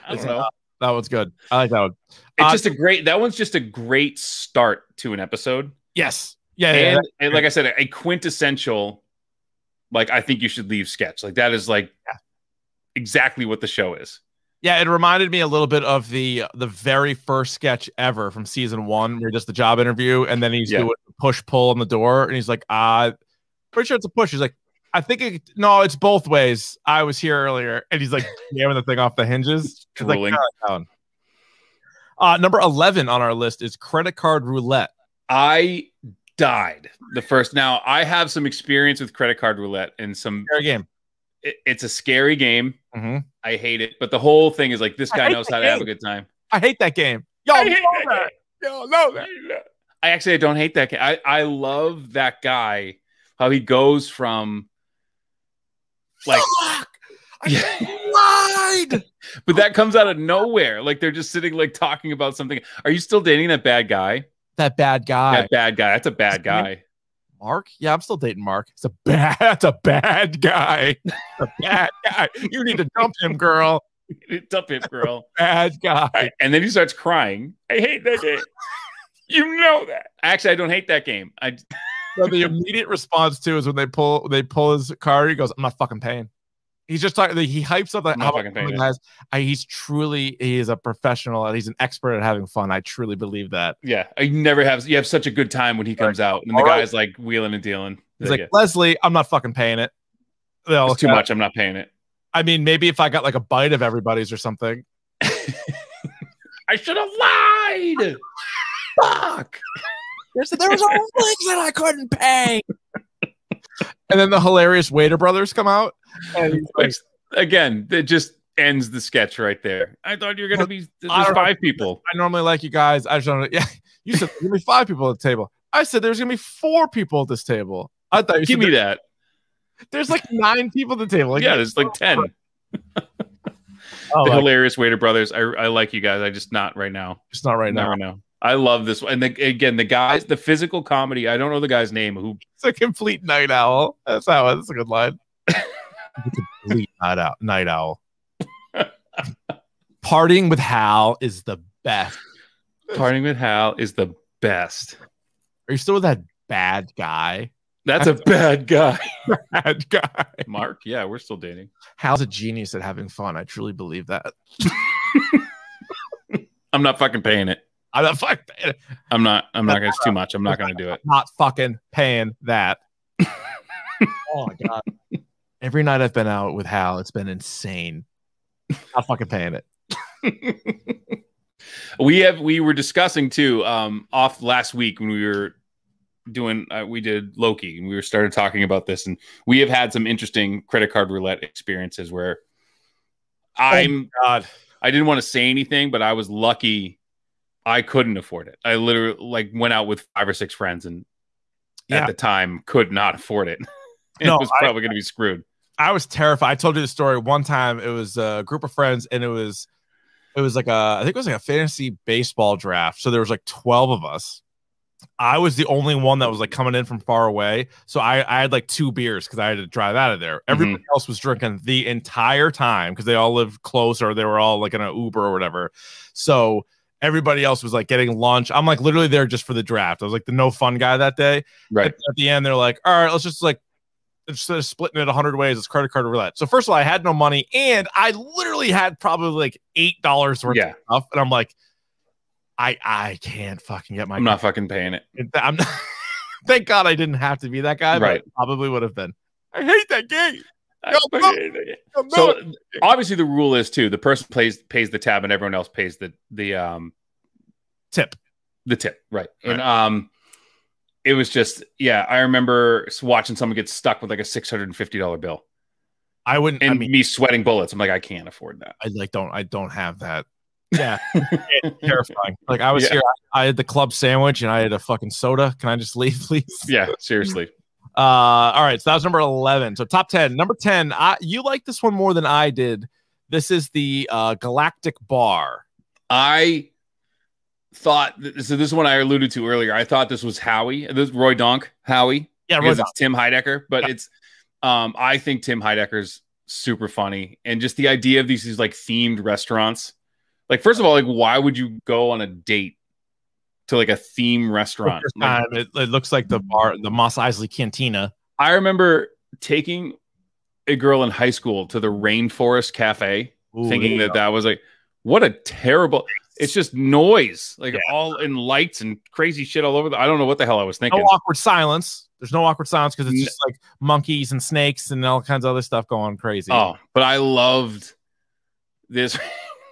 Speaker 2: I don't
Speaker 1: It's- "Oh,
Speaker 2: know.
Speaker 1: That one's good. I like that one.
Speaker 2: It's
Speaker 1: uh,
Speaker 2: just a great. That one's just a great start to an episode.
Speaker 1: Yes. Yeah. yeah,
Speaker 2: and, and like I said, a quintessential, like I think you should leave sketch. Like that is like exactly what the show is.
Speaker 1: yeah. Yeah, It reminded me a little bit of the uh, the very first sketch ever from season one, where just the job interview, and then he's
Speaker 2: Yeah.
Speaker 1: doing the push pull on the door, and he's like, "Ah, pretty sure it's a push." He's like, "I think it, no, it's both ways." I was here earlier, and he's like jamming the thing off the hinges. It's like,
Speaker 2: Drooling.
Speaker 1: "Ah, down." Uh, number eleven on our list is credit card roulette.
Speaker 2: I died the first. Now I have some experience with credit card roulette and some.
Speaker 1: Fair game.
Speaker 2: it- it's a scary game.
Speaker 1: Mhm.
Speaker 2: I hate it, but the whole thing is like this
Speaker 1: I
Speaker 2: guy
Speaker 1: hate
Speaker 2: knows
Speaker 1: the
Speaker 2: how to have
Speaker 1: game.
Speaker 2: a good time.
Speaker 1: I hate that game. Yo,
Speaker 2: I hate that game.
Speaker 1: Yo, no,
Speaker 2: I actually I don't hate that guy. I, I love that guy. How he goes from like
Speaker 1: I lied.
Speaker 2: but that comes out of nowhere. Like they're just sitting like talking about something. Are you still dating that bad guy?
Speaker 1: That bad guy,
Speaker 2: That bad guy. That's a bad guy.
Speaker 1: Mark. Yeah, I'm still dating Mark. It's a bad. That's a bad guy. a bad guy. You need to dump him, girl.
Speaker 2: It's up hip girl.
Speaker 1: Bad guy.
Speaker 2: And then he starts crying. I hate that game. you know that. Actually, I don't hate that game. I
Speaker 1: So the immediate response to is when they pull they pull his card. He goes, "I'm not fucking paying." He's just talking. He hypes up that
Speaker 2: I'm not fucking paying.
Speaker 1: guys. I, he's truly he is a professional and he's an expert at having fun. I truly believe that.
Speaker 2: yeah, I never have you have such a good time when he comes out and the
Speaker 1: All right.
Speaker 2: guy's like wheeling and dealing.
Speaker 1: He's
Speaker 2: Like, "Oh,
Speaker 1: like Leslie. I'm not fucking paying it. They all
Speaker 2: yeah, it's
Speaker 1: look
Speaker 2: too
Speaker 1: at-
Speaker 2: much. I'm not paying it.
Speaker 1: I mean, maybe if I got like a bite of everybody's or something.
Speaker 2: I should have lied. Fuck.
Speaker 1: there was all things that I couldn't pay. and then the hilarious waiter brothers come out. And he's like,
Speaker 2: Like, again, they just ends the sketch right there. I thought you were gonna be
Speaker 1: I
Speaker 2: there's
Speaker 1: don't know.
Speaker 2: five people.
Speaker 1: I normally like you guys. I just don't know. Yeah, you said there's gonna be five people at the table. I said there's gonna be four people at this table. I thought you
Speaker 2: Give
Speaker 1: said
Speaker 2: me
Speaker 1: there-
Speaker 2: that.
Speaker 1: there's like nine people at the table. Like,
Speaker 2: yeah, there's like ten.
Speaker 1: oh,
Speaker 2: the
Speaker 1: like,
Speaker 2: hilarious waiter brothers. I, I like you guys. I just not right now.
Speaker 1: it's not right
Speaker 2: Right now.
Speaker 1: now.
Speaker 2: Never know. I love this one. And the, again, the guys, the physical comedy. I don't know the guy's name. Who
Speaker 1: It's a complete night owl. That's how. That's a good line. It's a complete night owl. Night owl. Partying with Hal is the best.
Speaker 2: parting with Hal is the best.
Speaker 1: Are you still with that bad guy?
Speaker 2: That's a bad guy.
Speaker 1: Bad guy.
Speaker 2: Mark. Yeah, we're still dating.
Speaker 1: Hal's a genius at having fun. I truly believe that.
Speaker 2: I'm not fucking paying it.
Speaker 1: I'm not fucking,
Speaker 2: I'm not. I'm not. gonna It's too much. I'm not gonna do it.
Speaker 1: not fucking paying that. oh my god! Every night I've been out with Hal, it's been insane. Not fucking paying it.
Speaker 2: we have we were discussing too um off last week when we were doing uh, we did loki and we were started talking about this and we have had some interesting credit card roulette experiences where i'm
Speaker 1: Oh God,
Speaker 2: i didn't want to say anything but i was lucky i couldn't afford it i literally like went out with five or six friends and
Speaker 1: Yeah.
Speaker 2: at the time could not afford it it
Speaker 1: No,
Speaker 2: was
Speaker 1: I-
Speaker 2: probably going to be screwed
Speaker 1: I was terrified. I told you the story one time. It was a group of friends, and it was it was like a I think it was like a fantasy baseball draft. So there was like twelve of us. I was the only one that was like coming in from far away. So I, I had like two beers because I had to drive out of there. Everybody else was drinking the entire time because they all lived close or they were all like in an Uber or whatever. So everybody else was like getting lunch. I'm like literally there just for the draft. I was like the no fun guy that day.
Speaker 2: right
Speaker 1: At, at the end, they're like, all right, let's just like instead of splitting it 100 ways, it's credit card roulette. So, first of all, I had no money and I literally had probably like $8 worth
Speaker 2: yeah
Speaker 1: of stuff. And I'm like, I I can't fucking get my.
Speaker 2: i'm not fucking paying it
Speaker 1: I'm not- thank God I didn't have to be that guy, but
Speaker 2: Right.
Speaker 1: I probably would have been. I hate that game.
Speaker 2: I
Speaker 1: No,
Speaker 2: fucking-
Speaker 1: I'm not-
Speaker 2: so obviously the rule is too the person plays pays the tab and everyone else pays the the um
Speaker 1: tip.
Speaker 2: the tip right, and um it was just yeah i remember watching someone get stuck with like a $650 bill
Speaker 1: I wouldn't.
Speaker 2: and
Speaker 1: I mean,
Speaker 2: me sweating bullets i'm like i can't afford that
Speaker 1: I like don't. I don't have that. Yeah. terrifying. Like I was
Speaker 2: Yeah.
Speaker 1: here. I had the club sandwich and I had a fucking soda. Can I just leave, please?
Speaker 2: yeah seriously
Speaker 1: Uh, all right, so that was number eleven. So top ten, number ten. I, you like this one more than I did. This is the uh, Galactic Bar.
Speaker 2: i thought th- so this is one i alluded to earlier i thought this was howie this roy donk howie
Speaker 1: Yeah,
Speaker 2: because
Speaker 1: right.
Speaker 2: it's Tim Heidecker, but it's um I think Tim Heidecker's super funny and just the idea of these these like themed restaurants. Like first of all, like why would you go on a date to like a theme restaurant?
Speaker 1: First
Speaker 2: Like,
Speaker 1: time, it, it looks like the bar, the Moss Isley Cantina.
Speaker 2: I remember taking a girl in high school to the Rainforest Cafe
Speaker 1: Ooh,
Speaker 2: thinking
Speaker 1: there
Speaker 2: that that was like what a terrible it's just noise, like all in lights and crazy shit all over. The, I don't know what the hell I was
Speaker 1: no
Speaker 2: thinking.
Speaker 1: awkward silence. There's no awkward silence because it's
Speaker 2: N-
Speaker 1: just like monkeys and snakes and all kinds of other stuff going crazy.
Speaker 2: Oh, but I loved this.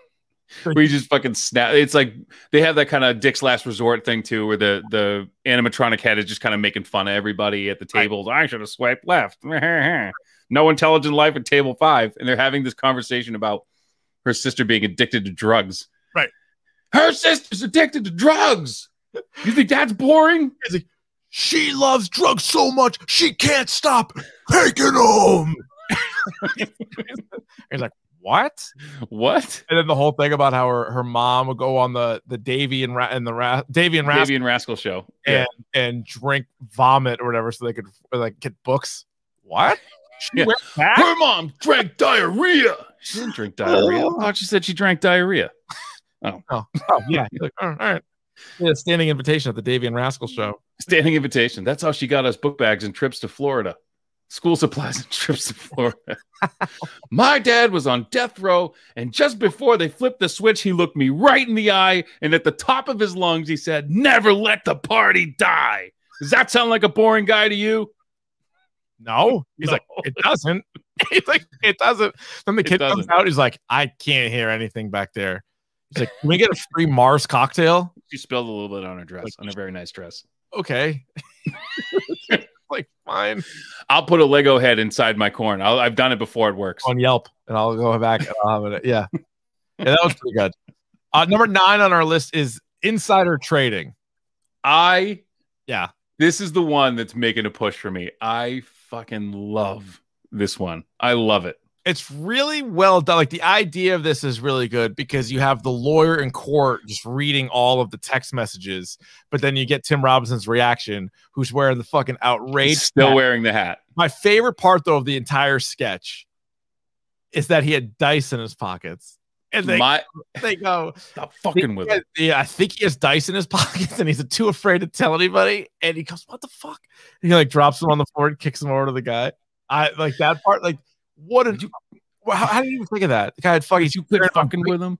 Speaker 2: we just fucking snap. It's like they have that kind of Dick's Last Resort thing too, where the the animatronic head is just kind of making fun of everybody at the tables. I should have swiped left. no intelligent life at table five, and they're having this conversation about her sister being addicted to drugs.
Speaker 1: Right.
Speaker 2: Her sister's addicted to drugs. You think that's boring?
Speaker 1: She loves drugs so much she can't stop taking them. He's like, what?
Speaker 2: What?
Speaker 1: and then the whole thing about how her, her mom would go on the the Davy and Ra- and the Ra- Davy and Rascal
Speaker 2: Davy and Rascal show.
Speaker 1: Yeah. and drink vomit or whatever, so they could like get books. What? She
Speaker 2: Yeah.
Speaker 1: went back?
Speaker 2: Her mom drank diarrhea. She didn't drink diarrhea. Oh, she said she drank diarrhea.
Speaker 1: Oh, yeah. You're like, all right, all right. Yeah, standing invitation at the Davy and Rascal show.
Speaker 2: Standing invitation. That's how she got us book bags and trips to Florida, school supplies and trips to Florida. My dad was on death row, and just before they flipped the switch, he looked me right in the eye, and at the top of his lungs, he said, "Never let the party die." Does that sound like a boring guy to you?
Speaker 1: No, he's
Speaker 2: No.
Speaker 1: like, it doesn't. he's like, it doesn't. Then the
Speaker 2: It
Speaker 1: kid comes
Speaker 2: doesn't.
Speaker 1: out. He's like, I can't hear anything back there. He's like, can we get a free Mars cocktail?
Speaker 2: She spilled a little bit on her dress,
Speaker 1: Like-
Speaker 2: on a very nice dress.
Speaker 1: Okay. like, fine.
Speaker 2: I'll put a Lego head inside my corn. I'll, I've done it before. It works.
Speaker 1: On Yelp, and I'll go back and I'll have it. Yeah. yeah, that was pretty good. Uh, number nine on our list is insider trading.
Speaker 2: I
Speaker 1: Yeah.
Speaker 2: This is the one that's making a push for me. I fucking love this one. I love it.
Speaker 1: It's really well done. Like the idea of this is really good because you have the lawyer in court just reading all of the text messages, but then you get Tim Robinson's reaction, who's wearing the fucking outrage.
Speaker 2: Still wearing the hat.
Speaker 1: My favorite part though of the entire sketch is that he had dice in his pockets. And they,
Speaker 2: my
Speaker 1: they go,
Speaker 2: stop fucking with
Speaker 1: yeah,
Speaker 2: it.
Speaker 1: yeah, I think he has dice in his pockets and he's too afraid to tell anybody. And he goes, What the fuck? And he like drops him on the floor and kicks him over to the guy. I like that part. Like, what did you, wow, how, did you even think of that? The guy had fucking,
Speaker 2: You quit fucking with them.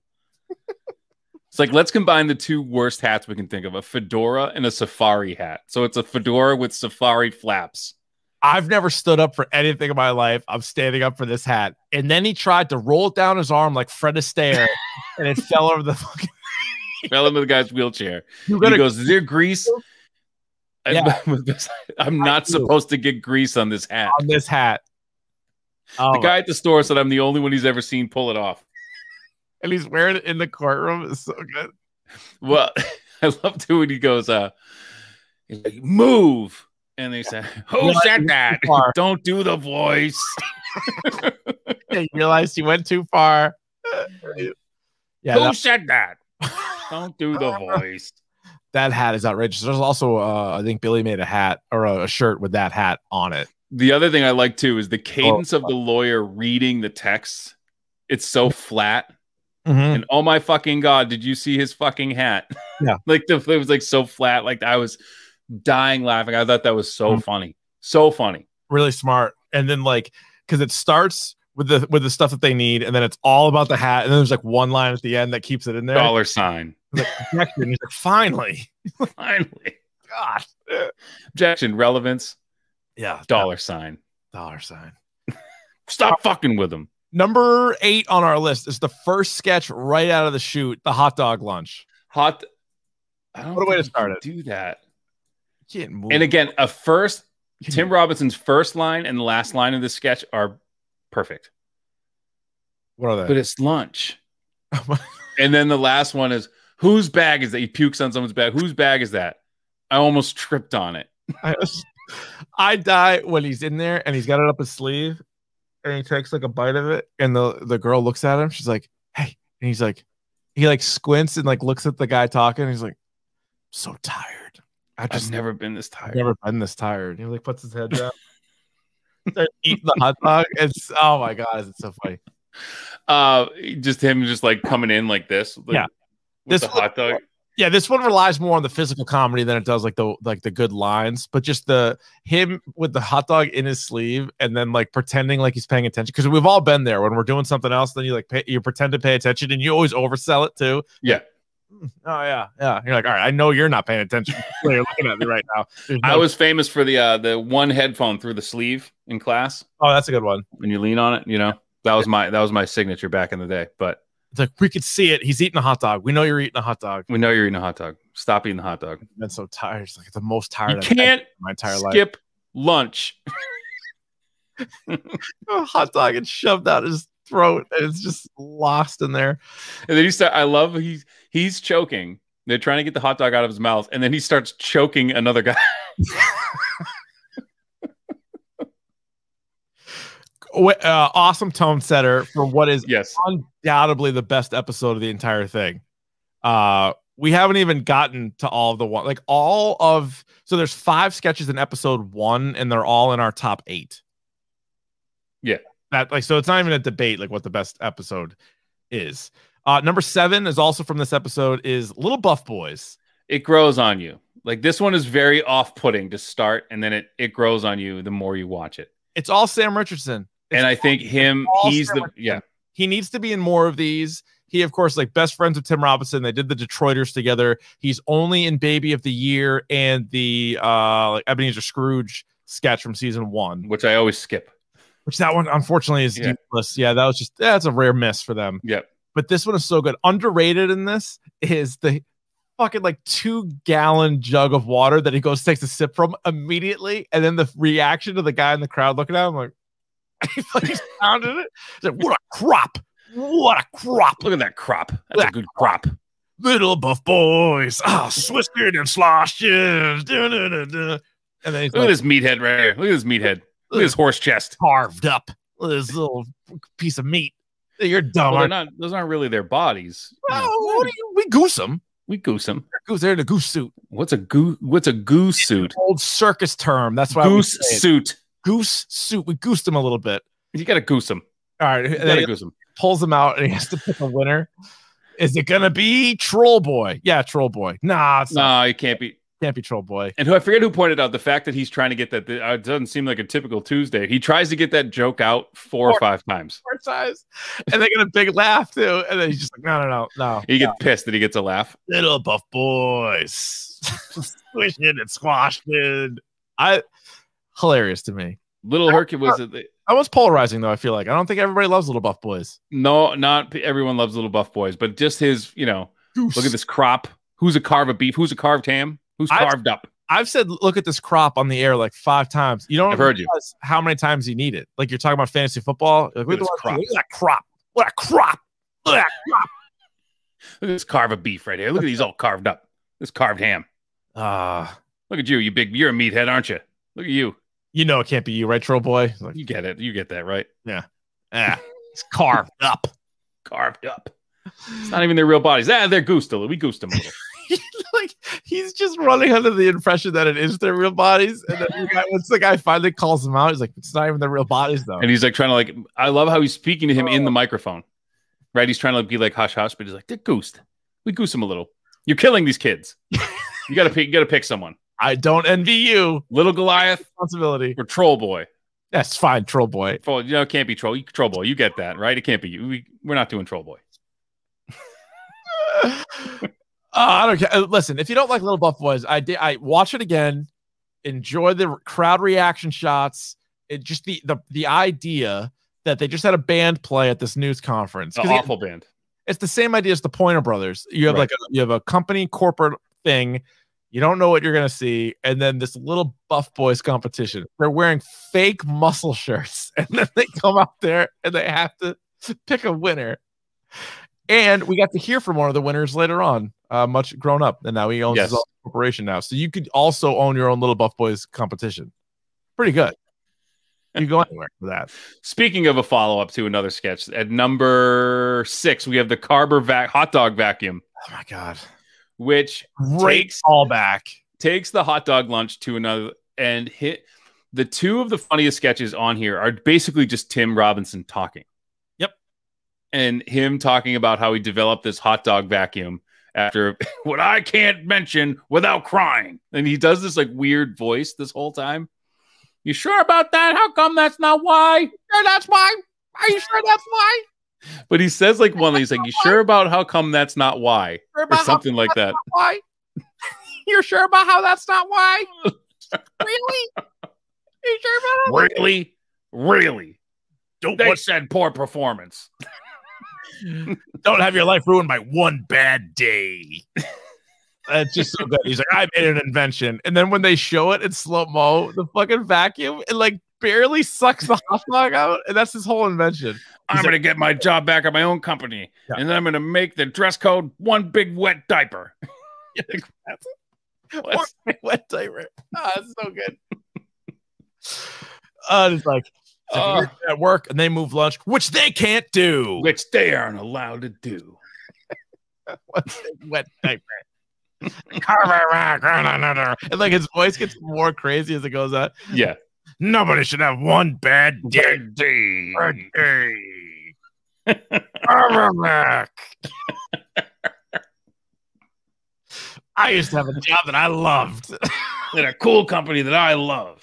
Speaker 2: It's like let's combine the two worst hats we can think of: a fedora and a safari hat. So it's a fedora with safari flaps.
Speaker 1: I've never stood up for anything in my life. I'm standing up for this hat. And then he tried to roll it down his arm like Fred Astaire and it fell over the fucking.
Speaker 2: Fell into the guy's wheelchair.
Speaker 1: You
Speaker 2: And
Speaker 1: gotta
Speaker 2: he goes, "Is there grease?"
Speaker 1: Yeah.
Speaker 2: I'm not
Speaker 1: do.
Speaker 2: supposed to get grease on this hat.
Speaker 1: on this hat. Oh,
Speaker 2: The guy at the store said I'm the only one he's ever seen pull it off.
Speaker 1: and he's wearing it in the courtroom. It's so good.
Speaker 2: Well, I love too when he goes, uh, he's like, move. And they said, Who
Speaker 1: Well,
Speaker 2: said that?
Speaker 1: too far.
Speaker 2: Don't do the voice.
Speaker 1: And he realized he went too far. Yeah,
Speaker 2: Who
Speaker 1: that-
Speaker 2: said that? Don't do the voice.
Speaker 1: that hat is outrageous. There's also, uh, I think Billy made a hat or a, a shirt with that hat on it.
Speaker 2: The other thing I like too is the
Speaker 1: Oh,
Speaker 2: cadence
Speaker 1: uh
Speaker 2: of the lawyer reading the text. It's so flat.
Speaker 1: Mm. Mm-hmm.
Speaker 2: And oh my fucking God, did you see his fucking hat?
Speaker 1: Yeah.
Speaker 2: like the, it was like so flat. Like I was dying laughing. I thought that was so
Speaker 1: Mhm.
Speaker 2: funny. So funny.
Speaker 1: Really smart. And then like, because it starts with the with the stuff that they need, and then it's all about the hat. And then there's like one line at the end that keeps it in there.
Speaker 2: Dollar sign.
Speaker 1: Like, objection. He's like, finally,
Speaker 2: Finally.
Speaker 1: God.
Speaker 2: Objection, relevance,
Speaker 1: Yeah,
Speaker 2: dollar sign.
Speaker 1: dollar sign.
Speaker 2: Stop fucking with them.
Speaker 1: Number eight on our list is the first sketch right out of the shoot, the hot dog lunch.
Speaker 2: Hot. I don't
Speaker 1: What a way
Speaker 2: think
Speaker 1: to
Speaker 2: you
Speaker 1: start
Speaker 2: can Do that.
Speaker 1: Can't move.
Speaker 2: And again, a first
Speaker 1: Can
Speaker 2: Tim
Speaker 1: you-
Speaker 2: Robinson's first line and the last line of the sketch are perfect.
Speaker 1: what are
Speaker 2: But
Speaker 1: they?
Speaker 2: it's lunch. And then the last one is whose bag is that? He pukes on someone's bag. Whose bag is that? I almost tripped on it.
Speaker 1: I, I die when he's in there and he's got it up his sleeve and he takes like a bite of it and the, the girl looks at him. She's like, hey. And he's like, he like squints and like looks at the guy talking. he's like, so tired. I
Speaker 2: I've
Speaker 1: just never,
Speaker 2: never been this tired.
Speaker 1: never been this tired. He like puts his head down. starts eating the hot dog. It's oh my god, is it so funny?
Speaker 2: Uh, just him just like coming in like this. like,
Speaker 1: Yeah. This
Speaker 2: With the hot dog.
Speaker 1: Yeah, this one relies more on the physical comedy than it does like the like the good lines, but just the him with the hot dog in his sleeve and then like pretending like he's paying attention because we've all been there when we're doing something else. Then you like pay, you pretend to pay attention and you always oversell it too.
Speaker 2: Yeah.
Speaker 1: Oh yeah, yeah. You're like, all right, I know you're not paying attention. You're looking at me right now. There's
Speaker 2: I
Speaker 1: no-
Speaker 2: was famous for the uh the one headphone through the sleeve in class.
Speaker 1: Oh, that's a good one.
Speaker 2: when you lean on it. You know, that was my that was my signature back in the day. But
Speaker 1: It's like we could see it. He's eating a hot dog. We know you're eating a hot dog.
Speaker 2: we know you're eating a hot dog. Stop eating the hot dog.
Speaker 1: I've been so tired. It's like the most
Speaker 2: You
Speaker 1: tired I've been in
Speaker 2: can't
Speaker 1: my entire life.
Speaker 2: skip lunch.
Speaker 1: A hot dog and shoved out his throat and it's just lost in there.
Speaker 2: And then he start. I love he's he's choking. They're trying to get the hot dog out of his mouth, and then he starts choking another guy.
Speaker 1: Wa- uh, awesome tone setter for what is
Speaker 2: Yes,
Speaker 1: undoubtedly the best episode of the entire thing. Uh, we haven't even gotten to all of the one, like all of so there's five sketches in episode one, and they're all in our top eight.
Speaker 2: Yeah.
Speaker 1: that like so it's not even a debate like what the best episode is. Uh, number seven is also from this episode is Little Buff Boys.
Speaker 2: it grows on you. Like this one is very off-putting to start, and then it it grows on you the more you watch it.
Speaker 1: It's all Sam Richardson. It's
Speaker 2: and I think him,
Speaker 1: all
Speaker 2: he's
Speaker 1: Sam
Speaker 2: the yeah.
Speaker 1: he needs to be in more of these. He, of course, like best friends with Tim Robinson. They did the Detroiters together. He's only in Baby of the Year and the uh like Ebenezer Scrooge sketch from season one,
Speaker 2: Which I always skip.
Speaker 1: which that one unfortunately is
Speaker 2: Yeah.
Speaker 1: useless. Yeah, that was just that's a rare miss for them.
Speaker 2: Yep.
Speaker 1: But this one is so good. Underrated in this is the fucking like two gallon jug of water that he goes takes a sip from immediately, and then the reaction to the guy in the crowd looking at him like he fucking sounded it. He's like, what a crop! What a crop!
Speaker 2: Look at that crop. That's a
Speaker 1: That
Speaker 2: good crop.
Speaker 1: Little buff boys, ah, Swiss beard and sloshes. Da-da-da-da. And then he's
Speaker 2: Look at
Speaker 1: like,
Speaker 2: this meathead right here. Look at this meathead. Look at this horse chest.
Speaker 1: carved up. Look at this little piece of meat. You're dumb.
Speaker 2: Well, they're
Speaker 1: aren't you?
Speaker 2: not. Those aren't really their bodies. You know,
Speaker 1: Well, what do you- we goose them.
Speaker 2: we goose them.
Speaker 1: Goose, they're in a goose suit.
Speaker 2: What's a goose? What's a goose suit?
Speaker 1: Old circus term. That's why
Speaker 2: Goose
Speaker 1: we say it.
Speaker 2: suit.
Speaker 1: goose suit. We goosed him a little bit.
Speaker 2: You gotta goose them.
Speaker 1: All right. And
Speaker 2: You
Speaker 1: then
Speaker 2: gotta
Speaker 1: he
Speaker 2: goose them.
Speaker 1: pulls him out and he has to pick a winner. Is it gonna be Troll Boy? Yeah, Troll Boy. Nah, it's not,
Speaker 2: No, you can't be.
Speaker 1: can't be Troll Boy.
Speaker 2: And who I forget who pointed out the fact that he's trying to get that. uh, It doesn't seem like a typical Tuesday. He tries to get that joke out four or
Speaker 1: Four.
Speaker 2: five times.
Speaker 1: Four times. And they get a big laugh too. And then he's just like, no, no, no, no.
Speaker 2: He gets pissed that he gets a laugh.
Speaker 1: Little buff boys. Squishing and squashing. I hilarious to me.
Speaker 2: Little Hercules.
Speaker 1: I was polarizing though, I feel like. I don't think everybody loves little buff boys.
Speaker 2: No, not everyone loves little buff boys, but just his. You know, look at this crop. Who's a carve of beef? Who's a carved ham? Who's
Speaker 1: I-
Speaker 2: carved up?
Speaker 1: I've said look at this crop on the air like five times. You don't
Speaker 2: I've heard you.
Speaker 1: realize how many times you need it. Like you're talking about fantasy football. Like, look,
Speaker 2: Look
Speaker 1: at
Speaker 2: at
Speaker 1: the- look at that crop. What a crop. Look at that crop.
Speaker 2: Look at this carve of beef right here. Look at these all carved up. This carved ham.
Speaker 1: Ah,
Speaker 2: Look at you. You big. You're a meathead, aren't you? Look at you.
Speaker 1: you know it can't be you, right, troll boy? Like,
Speaker 2: You get it. You get that right.
Speaker 1: ah, it's carved up.
Speaker 2: Carved up. It's not even their real bodies. Ah, they're goosed a little. We goosed them a little.
Speaker 1: like he's just running under the impression that it is their real bodies. And then the guy, once the guy finally calls him out, he's like, it's not even their real bodies though.
Speaker 2: And he's like trying to like. I love how he's speaking to him
Speaker 1: Oh.
Speaker 2: in the microphone. Right. He's trying to be like hush hush, but he's like they're goosed. We goose them a little. You're killing these kids. you gotta pick. You gotta pick someone.
Speaker 1: I don't envy you.
Speaker 2: Little Goliath
Speaker 1: Responsibility.
Speaker 2: or Troll Boy.
Speaker 1: That's fine, troll boy.
Speaker 2: Troll, you know, it can't be Troll. You, troll Boy. You get that right? It can't be you. We, we're not doing Troll Boy.
Speaker 1: Uh, I don't care. Uh, Listen, if you don't like Little Buff Boys, I did. I watch it again. Enjoy the crowd reaction shots. It just the the the idea that they just had a band play at this news conference.
Speaker 2: It's an
Speaker 1: 'Cause
Speaker 2: awful band.
Speaker 1: it's the same idea as the Pointer Brothers. You have
Speaker 2: Right.
Speaker 1: like a, you have a company corporate thing. You don't know what you're gonna see, and then this little Buff Boys competition. They're wearing fake muscle shirts, and then they come out there and they have to pick a winner. And we got to hear from one of the winners later on. Uh, much grown up, and now he owns his
Speaker 2: Yes.
Speaker 1: own corporation now. So you could also own your own little Buff Boys competition. Pretty good. You go anywhere for that.
Speaker 2: Speaking of a follow up to another sketch, at number six, we have the Carver vac- hot dog vacuum,
Speaker 1: Oh my god!
Speaker 2: which
Speaker 1: Great
Speaker 2: Takes-
Speaker 1: all back.
Speaker 2: takes the hot dog lunch to another and hit the two of the funniest sketches on here are basically just Tim Robinson talking.
Speaker 1: Yep.
Speaker 2: And him talking about how he developed this hot dog vacuum after what I can't mention without crying. And he does this like weird voice this whole time. You sure about that? How come that's not why?
Speaker 1: Sure, that's why. Are you sure that's why?
Speaker 2: But he says like one, he's like, You sure about how come that's not why?
Speaker 1: sure
Speaker 2: Or
Speaker 1: about how
Speaker 2: something like
Speaker 1: that's not
Speaker 2: that.
Speaker 1: why? You're sure about how that's not why? really? You sure about how
Speaker 2: Really? Really?
Speaker 1: don't,
Speaker 2: said poor performance.
Speaker 1: don't have your life ruined by one bad day. That's just so good. He's like, I made an invention. And then when they show it in slow mo, the fucking vacuum, it like barely sucks the hot dog out. And that's his whole invention.
Speaker 2: I'm
Speaker 1: He's
Speaker 2: going to get my job back at my own company,
Speaker 1: Yeah.
Speaker 2: and then I'm going to make the dress code one big wet diaper.
Speaker 1: What? Wet diaper. Ah, it's so good. Uh, it's like it's like
Speaker 2: Uh.
Speaker 1: you're at work and they move lunch, which they can't do.
Speaker 2: Which they aren't allowed to do.
Speaker 1: wet diaper. and like his voice gets more crazy as it goes on.
Speaker 2: Yeah.
Speaker 1: Nobody should have one bad day. Bad day. I used to have a job that I loved.
Speaker 2: At a cool company that I love.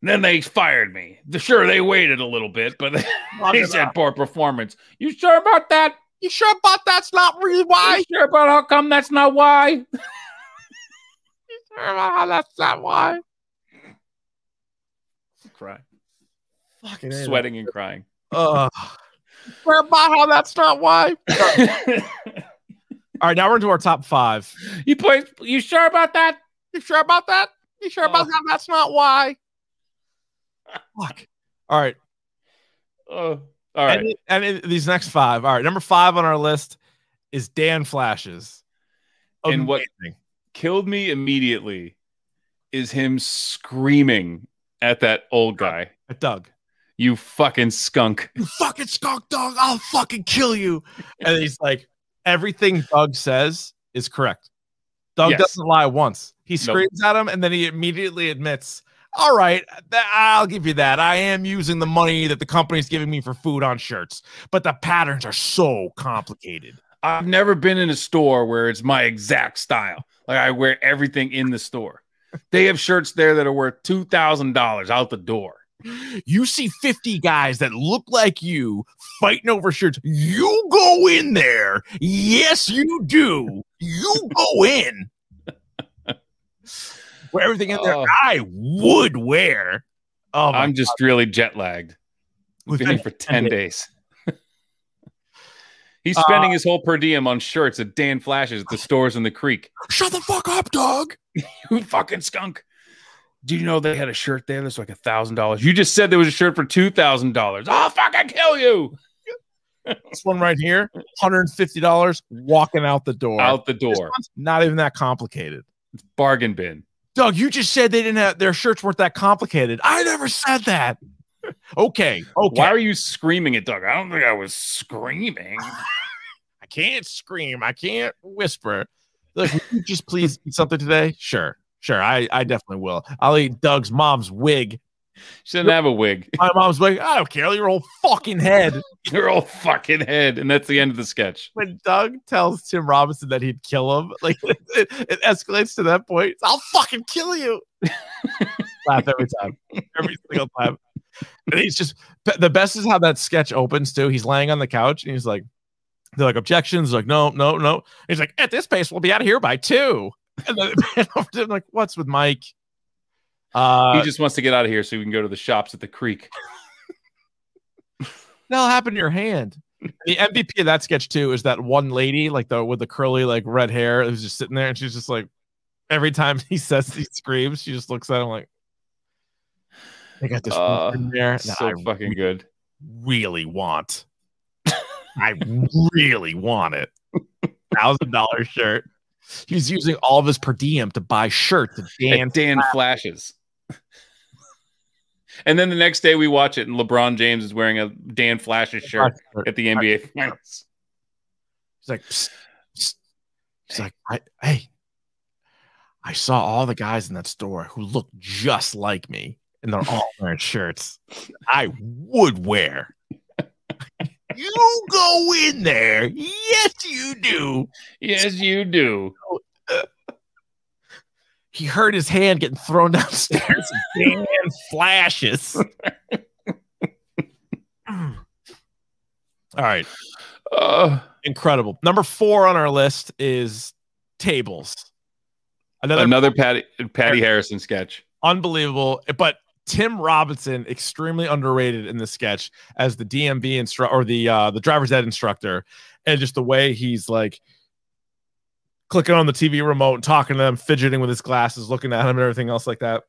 Speaker 2: then they fired me. Sure, they waited a little bit, but they said poor performance. You sure about that?
Speaker 1: you sure about that's not really why?
Speaker 2: You sure about how come that's not why?
Speaker 1: That's not why.
Speaker 2: Cry.
Speaker 1: Fucking
Speaker 2: Sweating and crying.
Speaker 1: Ugh. Sure about how that's not why. All right, now we're into our top five.
Speaker 2: You play? You sure about that?
Speaker 1: You sure about that? You sure about that? That's not why. Fuck. All right.
Speaker 2: Oh, all right.
Speaker 1: And, and it- these next five. All right. Number five on our list is Dan Flashes.
Speaker 2: And what- Killed me immediately. Is him screaming at that old guy?
Speaker 1: At Doug.
Speaker 2: You fucking skunk!
Speaker 1: You fucking skunk dog. I'll fucking kill you. And he's like, everything Doug says is correct. Doug
Speaker 2: Yes.
Speaker 1: doesn't lie once. He
Speaker 2: Nope.
Speaker 1: screams at him and then he immediately admits, all right, th- I'll give you that. I am using the money that the company's giving me for food on shirts, but the patterns are so complicated.
Speaker 2: I've never been in a store where it's my exact style. Like I wear everything in the store. They have shirts there that are worth two thousand dollars out the door.
Speaker 1: You see 50 guys that look like you fighting over shirts. You go in there. Yes, you do. You go in. Where everything in there
Speaker 2: Oh.
Speaker 1: I would wear. Oh, my-
Speaker 2: I'm just really jet lagged.
Speaker 1: we've
Speaker 2: Been here
Speaker 1: been-
Speaker 2: for 10 days. He's spending his whole per diem on shirts at Dan Flashes at the stores in the creek.
Speaker 1: shut the fuck up, dog.
Speaker 2: You fucking skunk. Do you know they had a shirt there that's like a thousand dollars? You just said there was a shirt for two thousand dollars. I'll fucking kill you
Speaker 1: This one right here, $150 walking out the door.
Speaker 2: out the
Speaker 1: This
Speaker 2: door.
Speaker 1: one's Not even that complicated.
Speaker 2: Bargain bin.
Speaker 1: Doug, you just said they didn't have their shirts weren't that complicated. I never said that. Okay. Okay.
Speaker 2: Why are you screaming at Doug? I don't think I was screaming.
Speaker 1: I can't scream. I can't whisper. Look, would you just please eat something today? Sure. Sure. I, I definitely will. I'll eat Doug's mom's wig.
Speaker 2: She doesn't have a wig.
Speaker 1: My mom's wig. I don't care. Your whole fucking head.
Speaker 2: Your old fucking head. And that's the end of the sketch.
Speaker 1: When Doug tells Tim Robinson that he'd kill him, like it, it escalates to that point. I'll fucking kill you. Laugh every time. Every single time. And he's just the best is how that sketch opens too. He's laying on the couch and he's like, they're like objections, like no, no, no. And he's like, at this pace, we'll be out of here by two. And then I'm like, what's with Mike?
Speaker 2: He
Speaker 1: Uh,
Speaker 2: just wants to get out of here so we can go to the shops at the creek.
Speaker 1: that'll happen to your hand. The MVP of that sketch too is that one lady, like the with the curly like red hair, who's just sitting there, and she's just like, every time he says these screams, she just looks at him like, "They got this
Speaker 2: Uh,
Speaker 1: one in there that
Speaker 2: So
Speaker 1: I
Speaker 2: fucking good.
Speaker 1: really want. I really want it. Thousand dollar shirt. He's using all of his per diem to buy shirts and dance.
Speaker 2: and Dan flashes. and then the next day we watch it, and LeBron James is wearing a Dan flashes shirt at the NBA Finals.
Speaker 1: He's like, psst, psst. he's like, I, hey, I saw all the guys in that store who look just like me, and they're all wearing shirts I would wear. you go in there, yes, you do.
Speaker 2: Yes, you do.
Speaker 1: He heard his hand getting thrown downstairs. and Dan flashes. all right.
Speaker 2: Uh,
Speaker 1: incredible. Number four on our list is tables. Another,
Speaker 2: another Patty Patty Harrison sketch.
Speaker 1: unbelievable, but Tim Robinson extremely underrated in this sketch as the DMV instructor or the uh, the driver's ed instructor, and just the way he's like clicking on the TV remote and talking to them, fidgeting with his glasses, looking at him, and everything else like that.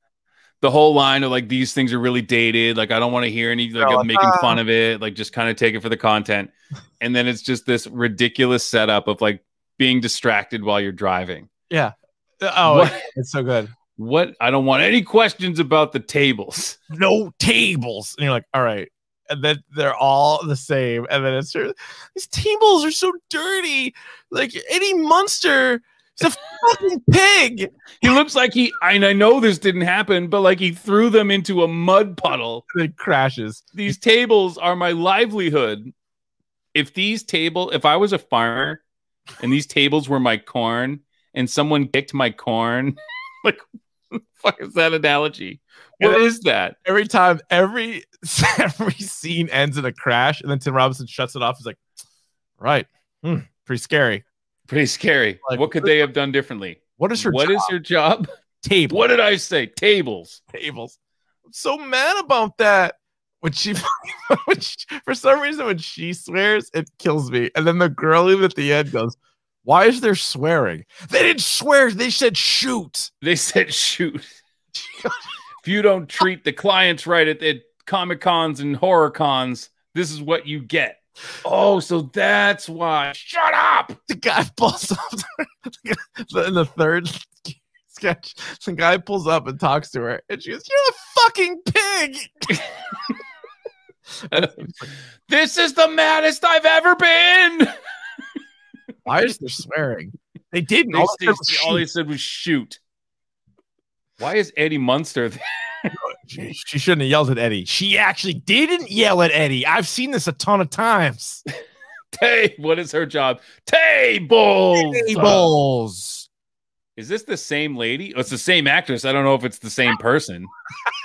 Speaker 2: The whole line of like these things are really dated. Like I don't want to hear any like
Speaker 1: Oh,
Speaker 2: I'm making
Speaker 1: uh.
Speaker 2: fun of it. Like just kind of take it for the content. And then it's just this ridiculous setup of like being distracted while you're driving.
Speaker 1: Oh,
Speaker 2: What?
Speaker 1: it's so good.
Speaker 2: What? I don't want any questions about the tables.
Speaker 1: no tables. And you're like, all right. And then they're all the same. And then it's true. These tables are so dirty. Like any monster is a fucking pig. And
Speaker 2: He looks like he, and I know this didn't happen, but like he threw them into a mud puddle.
Speaker 1: then it crashes.
Speaker 2: These tables are my livelihood. If these table, if I was a farmer and these tables were my corn and someone kicked my corn, like, what the fuck is that analogy? What is that?
Speaker 1: Every time, every every scene ends in a crash. And then Tim Robinson shuts it off. He's like, right. Hmm, pretty scary.
Speaker 2: Pretty scary.
Speaker 1: Like-
Speaker 2: what could they have done differently?
Speaker 1: What is her
Speaker 2: What
Speaker 1: job?
Speaker 2: is your job?
Speaker 1: table?
Speaker 2: What did I say? Tables.
Speaker 1: tables. I'm so mad about that. When she, when she- for some reason, when she swears, it kills me. And then the girl even at the end goes, Why is there swearing? They didn't swear. They said shoot.
Speaker 2: They said shoot. if you don't treat the clients right at the comic cons and horror cons, this is what you get. Oh, so that's why. Shut up.
Speaker 1: The guy pulls up in the third sketch. The guy pulls up and talks to her, and she goes, "You're a fucking pig."
Speaker 2: This is the maddest I've ever been.
Speaker 1: Why is there swearing? They didn't.
Speaker 2: All
Speaker 1: All
Speaker 2: they,
Speaker 1: they said was
Speaker 2: all they
Speaker 1: shoot.
Speaker 2: said was shoot. Why is Eddie Munster there?
Speaker 1: she, she shouldn't have yelled at Eddie. She actually didn't yell at Eddie. I've seen this a ton of times.
Speaker 2: Tay, what is her job? Table.
Speaker 1: Tables.
Speaker 2: Is this the same lady? Oh, it's the same actress. I don't know if it's the same person.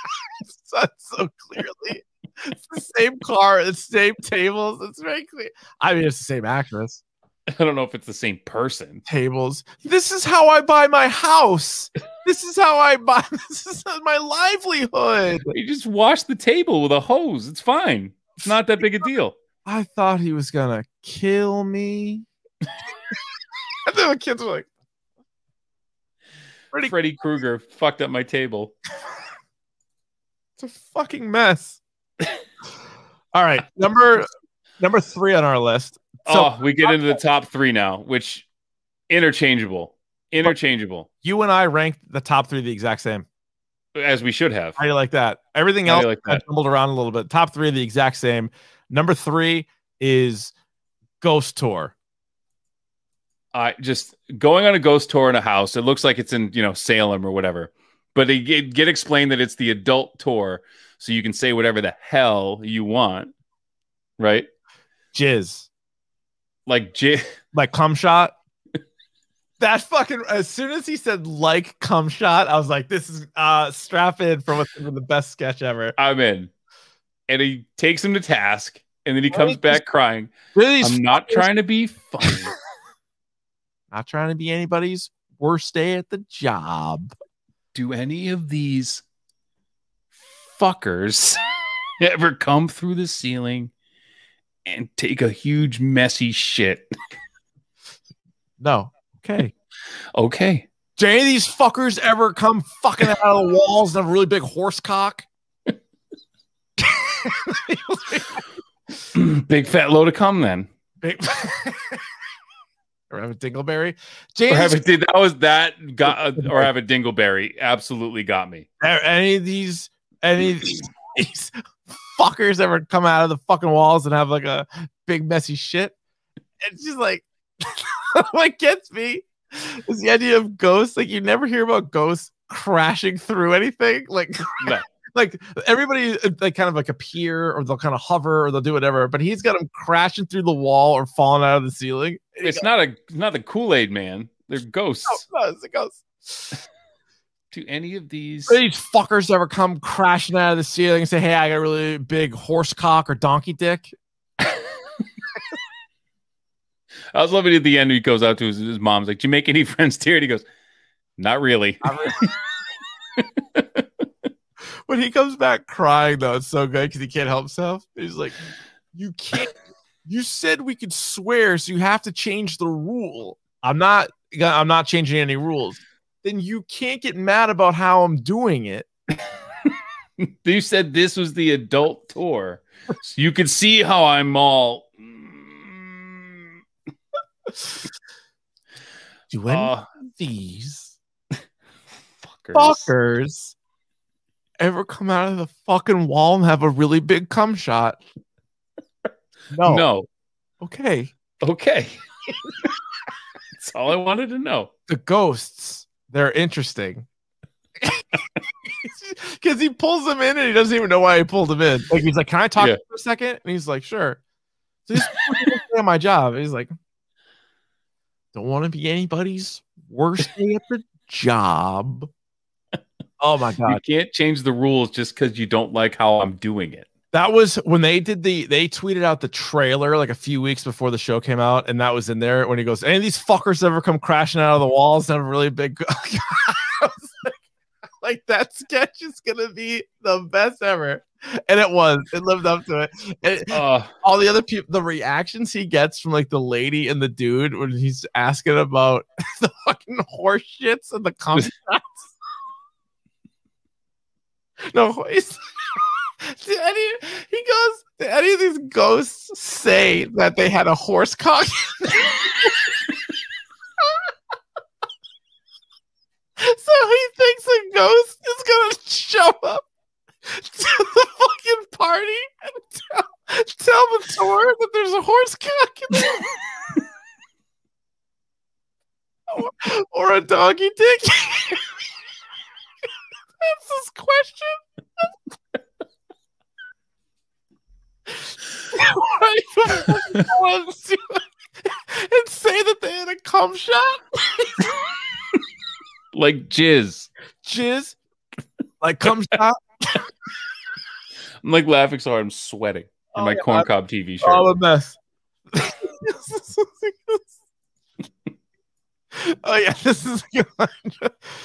Speaker 1: so, so clearly. It's the same car, it's the same tables. It's very clear. I mean, it's the same actress.
Speaker 2: I don't know if it's the same person.
Speaker 1: Tables. This is how I buy my house. This is how I buy. This is my livelihood.
Speaker 2: You just wash the table with a hose. It's fine. It's not that big a deal.
Speaker 1: I thought he was gonna kill me. and then the kids were like, Freddy,
Speaker 2: Freddy Krueger fucked up my table.
Speaker 1: it's a fucking mess. All right, number number three on our list. So
Speaker 2: oh, we get into the top three now, which interchangeable, interchangeable,
Speaker 1: you and I ranked the top three the exact same.
Speaker 2: as we should have.
Speaker 1: How do you like that? Everything
Speaker 2: How do
Speaker 1: else
Speaker 2: you like
Speaker 1: I
Speaker 2: that?
Speaker 1: stumbled around a little bit. Top three are the exact same. Number three is Ghost Tour.
Speaker 2: I just going on a ghost tour in a house. It looks like it's in you know Salem or whatever, but they get, get explained that it's the adult tour, so you can say whatever the hell you want, right?
Speaker 1: Jizz.
Speaker 2: Like j-
Speaker 1: Like cum shot. that fucking as soon as he said like cum shot, I was like, this is uh strap in for what's the best sketch ever.
Speaker 2: I'm in, and he takes him to task, and then he
Speaker 1: Why
Speaker 2: comes
Speaker 1: don't you
Speaker 2: back crying.
Speaker 1: Really
Speaker 2: I'm not trying to be funny.
Speaker 1: not trying to be anybody's worst day at the job.
Speaker 2: do any of these fuckers ever come through the ceiling and take a huge messy shit?
Speaker 1: No. Okay.
Speaker 2: Okay.
Speaker 1: Do any of these fuckers ever come fucking out of the walls and have a really big horse cock?
Speaker 2: Big fat load of cum then.
Speaker 1: Big- or have a dingleberry.
Speaker 2: Or have
Speaker 1: James,
Speaker 2: a, that was that got or have a dingleberry. Absolutely got me.
Speaker 1: are any of these any of these fuckers ever come out of the fucking walls and have like a big messy shit? It's just like what gets me is the idea of ghosts. Like you never hear about ghosts crashing through anything. Like
Speaker 2: No.
Speaker 1: like everybody uh, like kind of like appear or they'll kind of hover or they'll do whatever, but he's got them crashing through the wall or falling out of the ceiling.
Speaker 2: It's not a not the Kool-Aid man. They're ghosts.
Speaker 1: "Oh, No, it's a ghost.
Speaker 2: Do any of these
Speaker 1: These fuckers ever come crashing out of the ceiling and say, "Hey, I got a really big horse cock or donkey dick."
Speaker 2: I was loving at the end he goes out to his, his mom's like, Do you make any friends here? And he goes, Not really.
Speaker 1: When he comes back crying, though, it's so good because he can't help himself. He's like, "You can't. You said we could swear, so you have to change the rule. I'm not. I'm not changing any rules. Then you can't get mad about how I'm doing it."
Speaker 2: you said this was the adult tour. So you could see how I'm all. mm,
Speaker 1: Do any
Speaker 2: Uh,
Speaker 1: of these
Speaker 2: fuckers.
Speaker 1: fuckers ever come out of the fucking wall and have a really big cum shot? No.
Speaker 2: No.
Speaker 1: Okay.
Speaker 2: Okay. That's all I wanted to know.
Speaker 1: The ghosts, they're interesting. Because he pulls them in and he doesn't even know why he pulled them in. Like he's like, Can I talk
Speaker 2: Yeah.
Speaker 1: for a second? And he's like, Sure. So he's at my job. And he's like, Don't want to be anybody's worst day at the job. Oh my God.
Speaker 2: You can't change the rules just because you don't like how I'm doing it.
Speaker 1: That was when they did the they tweeted out the trailer like a few weeks before the show came out, and that was in there when he goes, Any of these fuckers ever come crashing out of the walls and have a really big I was like, like that sketch is gonna be the best ever. And it was. It lived up to it. And
Speaker 2: Oh,
Speaker 1: all the other people, the reactions he gets from like the lady and the dude when he's asking about the fucking horse shits and the cum shots. no, he's, did any, he goes, did any of these ghosts say that they had a horse cock? so he thinks a ghost is gonna show up to the fucking party and tell tell the tour that there's a horse cock in there. or, or a doggy dick. That's his question. Why do I want to do it? and say that they had a cum shot?
Speaker 2: like jizz.
Speaker 1: Jizz? Like cum shot?
Speaker 2: I'm like laughing so hard I'm sweating in
Speaker 1: Oh,
Speaker 2: my
Speaker 1: yeah,
Speaker 2: corncob TV shirt.
Speaker 1: All a mess. oh yeah, this is a good one.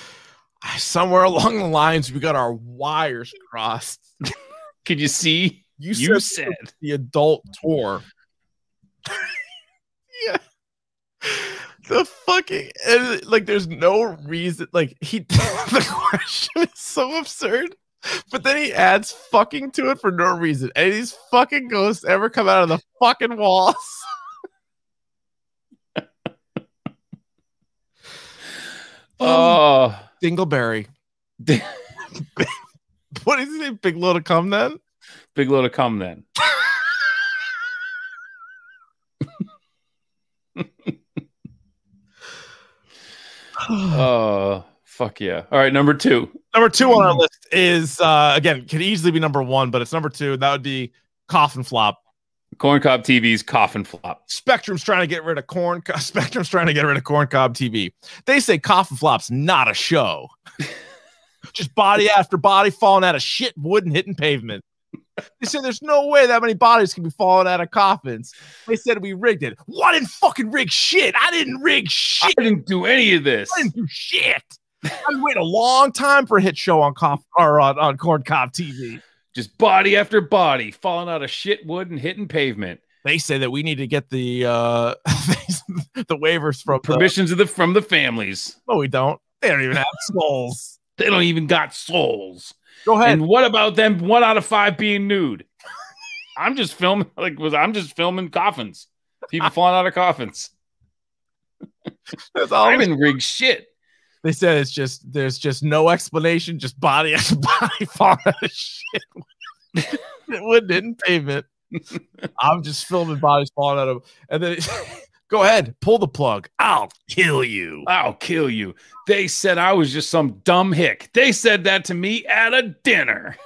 Speaker 1: Somewhere along the lines, we got our wires crossed.
Speaker 2: Could you see?
Speaker 1: You,
Speaker 2: You
Speaker 1: said
Speaker 2: said.
Speaker 1: the adult tour. yeah. The fucking and, like there's no reason like he the question is so absurd, but then he adds fucking to it for no reason. And these fucking ghosts ever come out of the fucking walls. Uh,
Speaker 2: Oh,
Speaker 1: Um, Dingleberry. What is his name? Big Little Come then?
Speaker 2: big load of cum then. Oh, fuck yeah. All right, number two.
Speaker 1: Number two on our list is uh again could easily be number one, but it's number two. That would be coffin flop.
Speaker 2: Corncob TV's coffin flop.
Speaker 1: Spectrum's trying to get rid of corn. Co- Spectrum's trying to get rid of corn cob TV. They say coffin flop's not a show. Just body after body falling out of shit wood and hitting pavement. They said there's no way that many bodies can be falling out of coffins. They said we rigged it. Well, I didn't fucking rig shit. I didn't rig shit.
Speaker 2: I didn't do any of this.
Speaker 1: I didn't do shit. I waited a long time for a hit show on cough or on, on corn cob TV.
Speaker 2: Just body after body falling out of shit wood and hitting pavement.
Speaker 1: They say that we need to get the uh the waivers from the-
Speaker 2: Permissions of the from the families.
Speaker 1: No, we don't. They don't even have skulls.
Speaker 2: They don't even got souls.
Speaker 1: Go ahead.
Speaker 2: And what about them one out of five being nude? I'm just filming like was I'm just filming coffins. People falling out of coffins.
Speaker 1: That's
Speaker 2: I
Speaker 1: all
Speaker 2: didn't rig shit.
Speaker 1: they said it's just there's just no explanation, just body after body falling out of shit. it wouldn't in pavement. I'm just filming bodies falling out of and then go ahead, pull the plug. I'll kill you.
Speaker 2: I'll kill you. They said I was just some dumb hick. They said that to me at a dinner.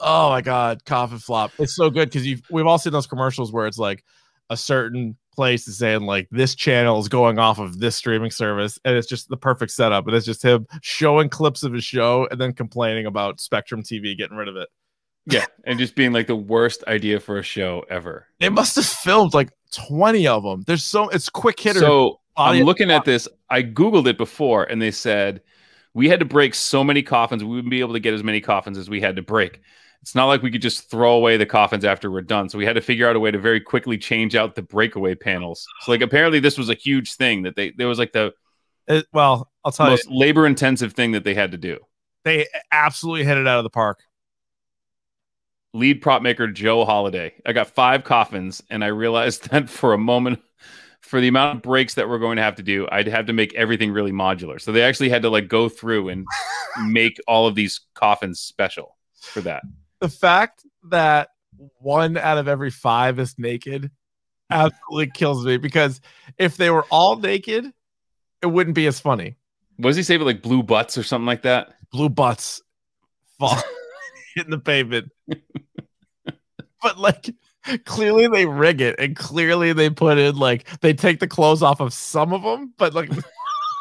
Speaker 1: Oh my god, coffin flop. It's so good because you've we've all seen those commercials where it's like a certain place is saying like this channel is going off of this streaming service, and it's just the perfect setup. And it's just him showing clips of his show and then complaining about Spectrum TV getting rid of it.
Speaker 2: Yeah, and just being like the worst idea for a show ever.
Speaker 1: They must have filmed like 20 of them. There's so it's quick hitter.
Speaker 2: So I'm
Speaker 1: Audience-
Speaker 2: looking at this. I googled it before, and they said we had to break so many coffins. We wouldn't be able to get as many coffins as we had to break. It's not like we could just throw away the coffins after we're done. So we had to figure out a way to very quickly change out the breakaway panels. So like apparently this was a huge thing that they there was like the
Speaker 1: It- well, I'll tell you,
Speaker 2: most labor intensive thing that they had to do.
Speaker 1: they absolutely hit it out of the park.
Speaker 2: lead prop maker Joe Holiday. I got five coffins, and I realized that for a moment, for the amount of breaks that we're going to have to do, I'd have to make everything really modular. So they actually had to like go through and make all of these coffins special for that.
Speaker 1: the fact that one out of every five is naked absolutely kills me because if they were all naked, it wouldn't be as funny.
Speaker 2: What does he say? But like blue butts or something like that.
Speaker 1: Blue butts fall hitting the pavement. but like clearly they rig it and clearly they put in like they take the clothes off of some of them, but like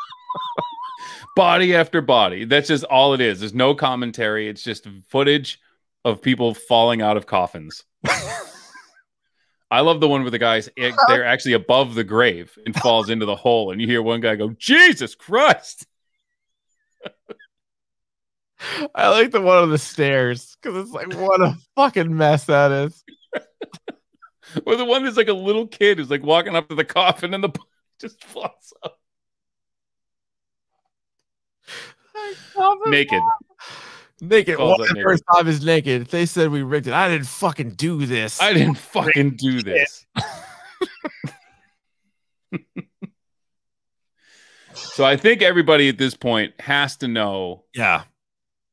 Speaker 2: Body after body. That's just all it is. There's no commentary. It's just footage of people falling out of coffins. I love the one where the guys eh, they're actually above the grave and falls into the hole, and you hear one guy go, "Jesus Christ!"
Speaker 1: I like the one on the stairs because it's like what a fucking mess that is.
Speaker 2: Or the one that's like a little kid who's like walking up to the coffin and the just falls up. Naked.
Speaker 1: Naked.
Speaker 2: Falls
Speaker 1: One
Speaker 2: up
Speaker 1: of the
Speaker 2: naked.
Speaker 1: first time is naked. They said we rigged it. I didn't fucking do this.
Speaker 2: I didn't fucking do this. so I think everybody at this point has to know
Speaker 1: yeah.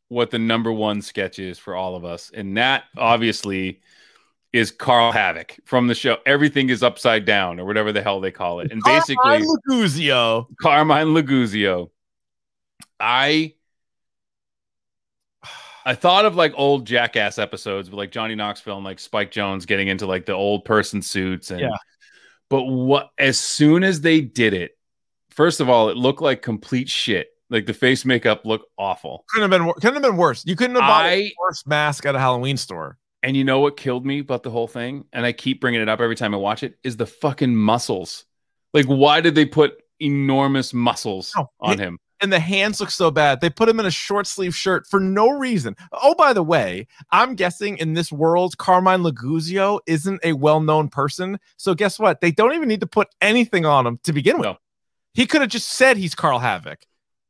Speaker 2: what the number one sketch is for all of us. And that obviously is Carl Havoc from the show. Everything is upside down or whatever the hell they call it. And basically,
Speaker 1: Carmine Lucuzio.
Speaker 2: Carmine Laguzio. I I thought of like old jackass episodes with like Johnny Knoxville and like Spike Jones getting into like the old person suits and
Speaker 1: Yeah.
Speaker 2: but what as soon as they did it, first of all, it looked like complete shit. Like the face makeup looked awful.
Speaker 1: couldn't have been wor- couldn't have been worse. You couldn't have bought
Speaker 2: I-
Speaker 1: a worse mask at a Halloween store.
Speaker 2: And you know what killed me about the whole thing? And I keep bringing it up every time I watch it is the fucking muscles. Like why did they put enormous muscles
Speaker 1: No,
Speaker 2: on
Speaker 1: it-
Speaker 2: him?
Speaker 1: And the hands look so bad. They put him in a short sleeve shirt for no reason. Oh, by the way, I'm guessing in this world, Carmine Laguzio isn't a well known person. So guess what? They don't even need to put anything on him to begin with.
Speaker 2: No.
Speaker 1: He could have just said he's Carl Havoc.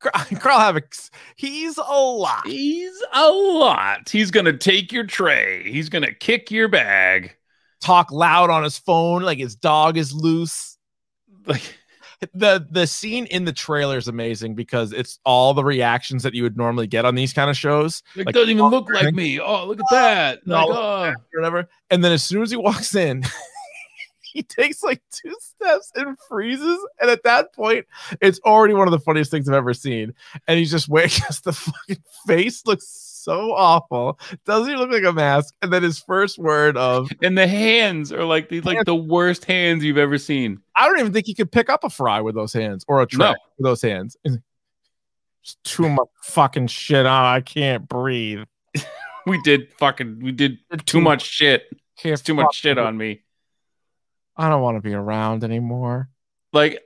Speaker 1: Car- Carl Havoc, he's a lot.
Speaker 2: He's a lot. He's gonna take your tray. He's gonna kick your bag.
Speaker 1: Talk loud on his phone like his dog is loose.
Speaker 2: Like
Speaker 1: the the scene in the trailer is amazing because it's all the reactions that you would normally get on these kind of shows
Speaker 2: it
Speaker 1: Like,
Speaker 2: doesn't even
Speaker 1: oh,
Speaker 2: look like
Speaker 1: drink.
Speaker 2: me. Oh, look at that.
Speaker 1: No.
Speaker 2: Like, oh.
Speaker 1: or whatever and then as soon as he walks in he takes like two steps and freezes and at that point it's already one of the funniest things i've ever seen and he's just wearing just the fucking face looks so awful doesn't even look like a mask and then his first word of
Speaker 2: oh. And the hands are like the like the worst hands you've ever seen.
Speaker 1: i don't even think he could pick up a fry with those hands or a tray
Speaker 2: No.
Speaker 1: with those hands just too much fucking shit on i can't breathe
Speaker 2: We did fucking we did
Speaker 1: Mm.
Speaker 2: too much shit. It's too much shit on me.
Speaker 1: I don't want to be around anymore.
Speaker 2: Like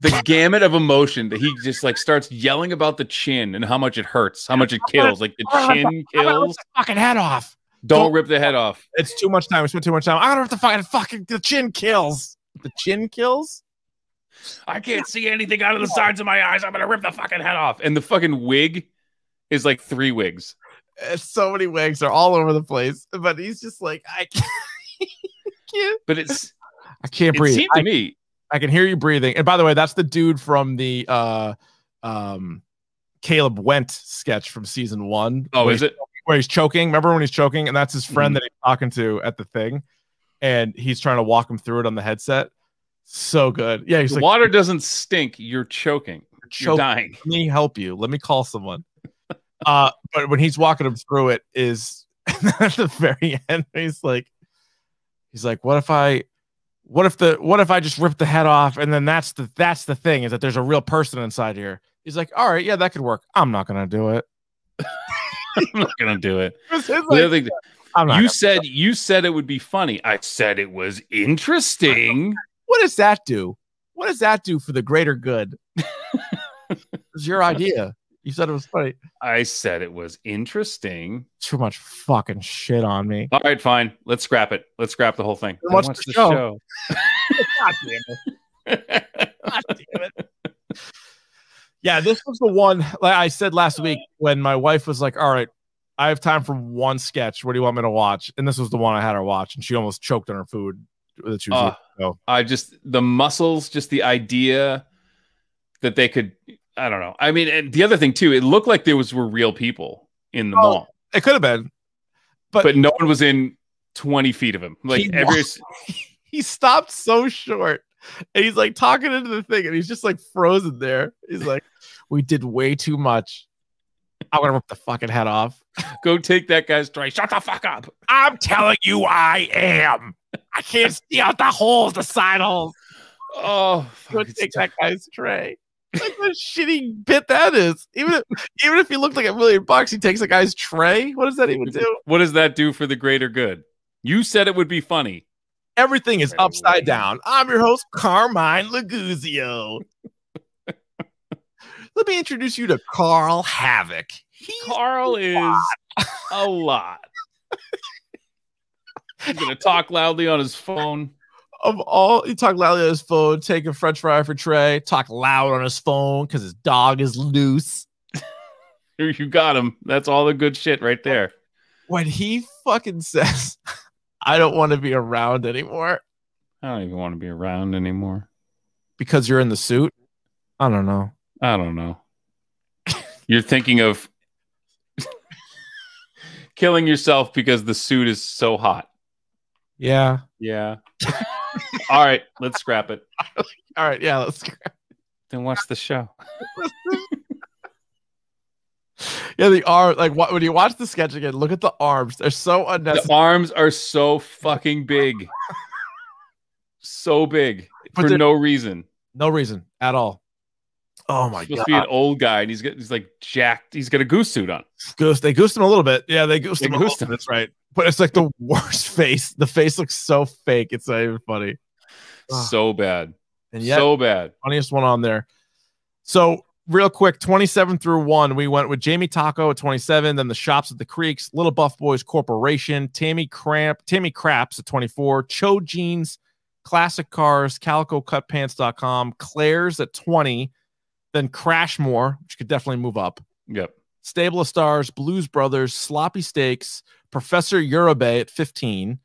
Speaker 2: the gamut of emotion that he just like starts yelling about the chin and how much it hurts, how much it kills. Like the chin
Speaker 1: I'm gonna rip
Speaker 2: kills.
Speaker 1: the fucking head off.
Speaker 2: Don't rip the head off.
Speaker 1: It's too much time. We spent too much time. I don't have to fucking fucking the chin kills. The chin kills.
Speaker 2: I can't see anything out of the sides of my eyes. I'm gonna rip the fucking head off. And the fucking wig is like three wigs.
Speaker 1: Uh, So many wigs are all over the place, but he's just like I can't.
Speaker 2: But it's
Speaker 1: I can't
Speaker 2: it
Speaker 1: breathe.
Speaker 2: seemed to
Speaker 1: I,
Speaker 2: me
Speaker 1: I can hear you breathing. And by the way, that's the dude from the uh um Caleb Went sketch from season one.
Speaker 2: Oh,
Speaker 1: where
Speaker 2: is it?
Speaker 1: where he's choking. Remember when he's choking, and that's his friend
Speaker 2: Mhm.
Speaker 1: that he's talking to at the thing, and he's trying to walk him through it on the headset. So good. Yeah, he's
Speaker 2: The
Speaker 1: like,
Speaker 2: water doesn't stink. You're choking. You're
Speaker 1: choking.
Speaker 2: dying.
Speaker 1: Let me help you. Let me call someone. uh, but when he's walking him through it, is at the very end, he's like, he's like, what if I, what if the, what if I just rip the head off, and then that's the, that's the thing is that there's a real person inside here. He's like, all right, yeah, that could work. I'm not gonna do it.
Speaker 2: I'm not gonna do it.
Speaker 1: It's like,
Speaker 2: The other thing,
Speaker 1: I'm not
Speaker 2: you
Speaker 1: gonna-
Speaker 2: said you said it would be funny. I said it was interesting.
Speaker 1: what does that do? What does that do for the greater good? it was your idea. You said it was funny.
Speaker 2: I said it was interesting.
Speaker 1: Too much fucking shit on me.
Speaker 2: All right, fine. Let's scrap it. Let's scrap the whole thing.
Speaker 1: Then watch
Speaker 2: Let's
Speaker 1: the show. God
Speaker 2: show.
Speaker 1: Yeah, this was the one like I said last week when my wife was like, All right, I have time for one sketch. What do you want me to watch? And this was the one I had her watch, and she almost choked on her food that she was
Speaker 2: Ah.
Speaker 1: eating. So,
Speaker 2: I just the muscles, just the idea that they could. I don't know. I mean, and the other thing too, it looked like there was were real people in the
Speaker 1: Oh,
Speaker 2: mall,
Speaker 1: it could have been.
Speaker 2: but, no one was in twenty feet of him. Like
Speaker 1: He
Speaker 2: every
Speaker 1: He stopped so short. And he's like talking into the thing, and he's just like frozen there. He's like, We did way too much. I'm gonna rip the fucking head off.
Speaker 2: go take that guy's tray. Shut the fuck up.
Speaker 1: I'm telling you, I am. I can't see out the holes, the side holes.
Speaker 2: Oh,
Speaker 1: go
Speaker 2: fuck, it's
Speaker 1: take that
Speaker 2: tough.
Speaker 1: guy's tray. Like what a shitty bit that is. Even if, even if he looked like a million bucks, he takes a guy's tray. What does that even do?
Speaker 2: what does that do for the greater good? You said it would be funny.
Speaker 1: Everything is upside down. I'm your host, Carmine Laguzio. Let me introduce you to Carl Havoc. He's
Speaker 2: Carl is a lot. He's gonna talk loudly on his phone.
Speaker 1: of all he talked loudly on his phone, take a French fry for Trey, talk loud on his phone because his dog is loose.
Speaker 2: Here you got him. That's all the good shit right there.
Speaker 1: When he fucking says, I don't want to be around anymore
Speaker 2: I don't even want to be around anymore.
Speaker 1: because you're in the suit. I don't know.
Speaker 2: I don't know. You're thinking of killing yourself because the suit is so hot.
Speaker 1: Yeah.
Speaker 2: Yeah. all right, let's scrap it.
Speaker 1: All right. Yeah. Let's.
Speaker 2: Then watch the show.
Speaker 1: Yeah. The arm. Like, what, when you watch the sketch again, look at the arms. They're so
Speaker 2: The
Speaker 1: unnecessary.
Speaker 2: arms are so fucking big. So big
Speaker 1: But
Speaker 2: for
Speaker 1: they're-
Speaker 2: no reason.
Speaker 1: No reason at all. Oh my
Speaker 2: supposed
Speaker 1: god.
Speaker 2: to be an old guy, and he's got he's like jacked. He's got a goose suit on.
Speaker 1: goose. They goosed him a little bit. Yeah, they goosed
Speaker 2: They
Speaker 1: him. a little
Speaker 2: goosed him.
Speaker 1: bit, That's right. But it's like the worst face. The face looks so fake. It's not even funny. Ah.
Speaker 2: So bad,
Speaker 1: And yet,
Speaker 2: so bad.
Speaker 1: funniest one on there. So real quick, 27 through one, we went with Jamie Taco at 27, then the Shops at the Creeks, Little Buff Boys Corporation, Tammy Cramp, Tammy Craps at 24, Cho Jeans, Classic Cars, CalicoCutPants.com, Claire's at 20, then Crashmore, which could definitely move up.
Speaker 2: Yep.
Speaker 1: Stable of Stars, Blues Brothers, Sloppy Steaks, Professor Uribe at 15,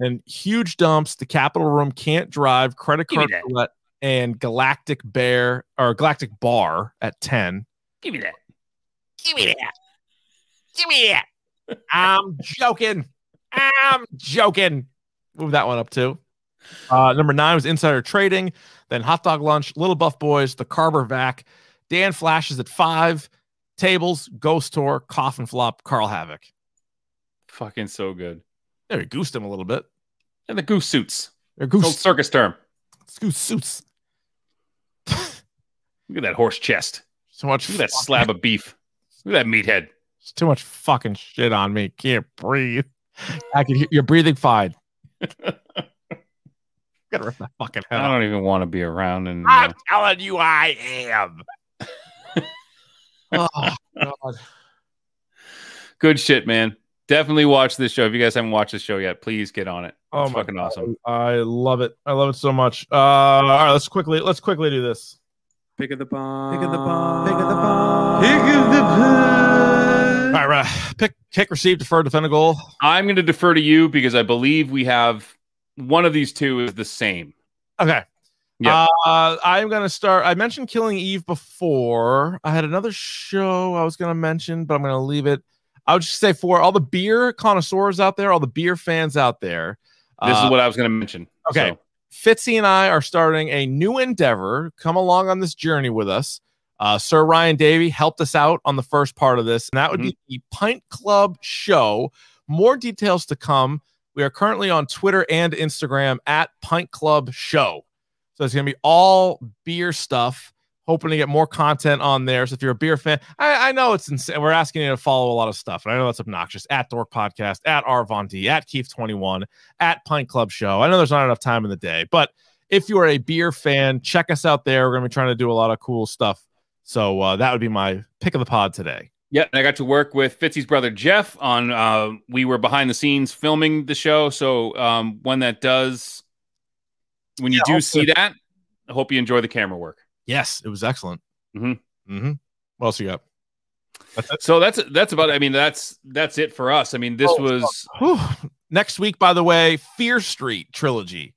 Speaker 1: and Huge Dumps, The Capital Room Can't Drive, Credit
Speaker 2: Gimme
Speaker 1: Card
Speaker 2: that.
Speaker 1: Roulette, and Galactic Bear or Galactic Bar at 10.
Speaker 2: Give me that.
Speaker 1: I'm joking. I'm joking. Move that one up too. Uh, number nine was Insider Trading, then Hot Dog Lunch, Little Buff Boys, The Carver Vac, Dan Flashes at five, Tables, Ghost Tour, Coffin Flop, Carl Havoc.
Speaker 2: Fucking so good.
Speaker 1: There, he goosed him a little bit.
Speaker 2: And the goose suits.
Speaker 1: They're
Speaker 2: It's Old
Speaker 1: goose,
Speaker 2: circus term.
Speaker 1: goose suits.
Speaker 2: Look at that horse chest.
Speaker 1: So much,
Speaker 2: Look at that
Speaker 1: fuck-
Speaker 2: slab of beef. Look at that meathead.
Speaker 1: it's too much fucking shit on me. Can't breathe. I can. Hear, you're breathing fine. Gotta rip that fucking head.
Speaker 2: I
Speaker 1: off.
Speaker 2: don't even want to be around. And uh,
Speaker 1: I'm telling you, I am. oh God.
Speaker 2: good shit, man. Definitely watch this show. If you guys haven't watched this show yet, please get on it.
Speaker 1: Oh
Speaker 2: It's
Speaker 1: my
Speaker 2: fucking awesome.
Speaker 1: I love it. I love it so much. Uh, all right, let's quickly let's quickly do this.
Speaker 2: Pick of the bomb.
Speaker 3: Pick of the bomb. Pick of the bomb.
Speaker 1: All right, right. Pick, kick, receive, defer, defend a goal.
Speaker 2: I'm going to defer to you because I believe we have one of these two is the same.
Speaker 1: Okay.
Speaker 2: Yeah.
Speaker 1: Uh, I'm going to start. I mentioned Killing Eve before. I had another show I was going to mention, but I'm going to leave it. I would just say for all the beer connoisseurs out there, all the beer fans out there,
Speaker 2: This
Speaker 1: uh,
Speaker 2: is what I was going to mention.
Speaker 1: okay.
Speaker 2: So,
Speaker 1: Fitzy and I are starting a new endeavor. Come along on this journey with us. Uh, Sir Ryan Davey helped us out on the first part of this, and that would be the Pint Club Show. More details to come. We are currently on Twitter and Instagram at Pint Club Show. So it's going to be all beer stuff. Hoping to get more content on there. So if you're a beer fan, I, I know it's insane. We're asking you to follow a lot of stuff, and I know that's obnoxious. At Dork Podcast, at R Von D, at Keith Twenty One, at Pint Club Show. I know there's not enough time in the day, but if you are a beer fan, check us out there. We're gonna be trying to do a lot of cool stuff. So uh, that would be my pick of the pod today.
Speaker 2: yeah, and I got to work with Fitzy's brother Jeff on. Uh, we were behind the scenes filming the show, so um, when that does, when you
Speaker 1: Yeah,
Speaker 2: do see that, I hope you enjoy the camera work.
Speaker 1: Yes, it was excellent.
Speaker 2: Mhm.
Speaker 1: Mm-hmm. Mm-hmm. What else you got?
Speaker 2: So that's that's about. I mean, that's that's it for us. I mean, this
Speaker 1: Oh,
Speaker 2: was
Speaker 1: Whew. Next week, by the way, Fear Street trilogy.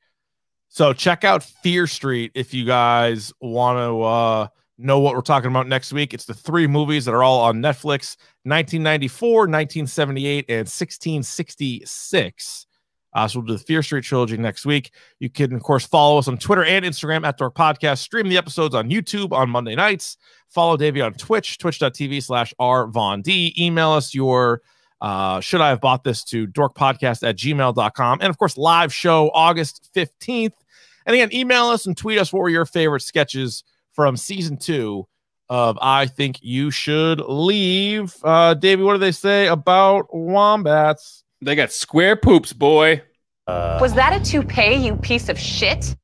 Speaker 1: So check out Fear Street if you guys want to uh, know what we're talking about next week. It's the three movies that are all on Netflix 1994, 1978, and 1666. Uh, so we'll do the Fear Street trilogy next week. You can, of course, follow us on Twitter and Instagram at Dork Podcast. Stream the episodes on YouTube on Monday nights. Follow Davey on Twitch, twitch.tv slash rvond. Email us your uh, should I have bought this to dorkpodcast at gmail.com? And of course, live show August 15th. And again, email us and tweet us what were your favorite sketches from season two of I Think You Should Leave. Uh, Davey, what do they say about wombats?
Speaker 2: they got square poops, boy.
Speaker 5: Was that a toupee, you piece of shit?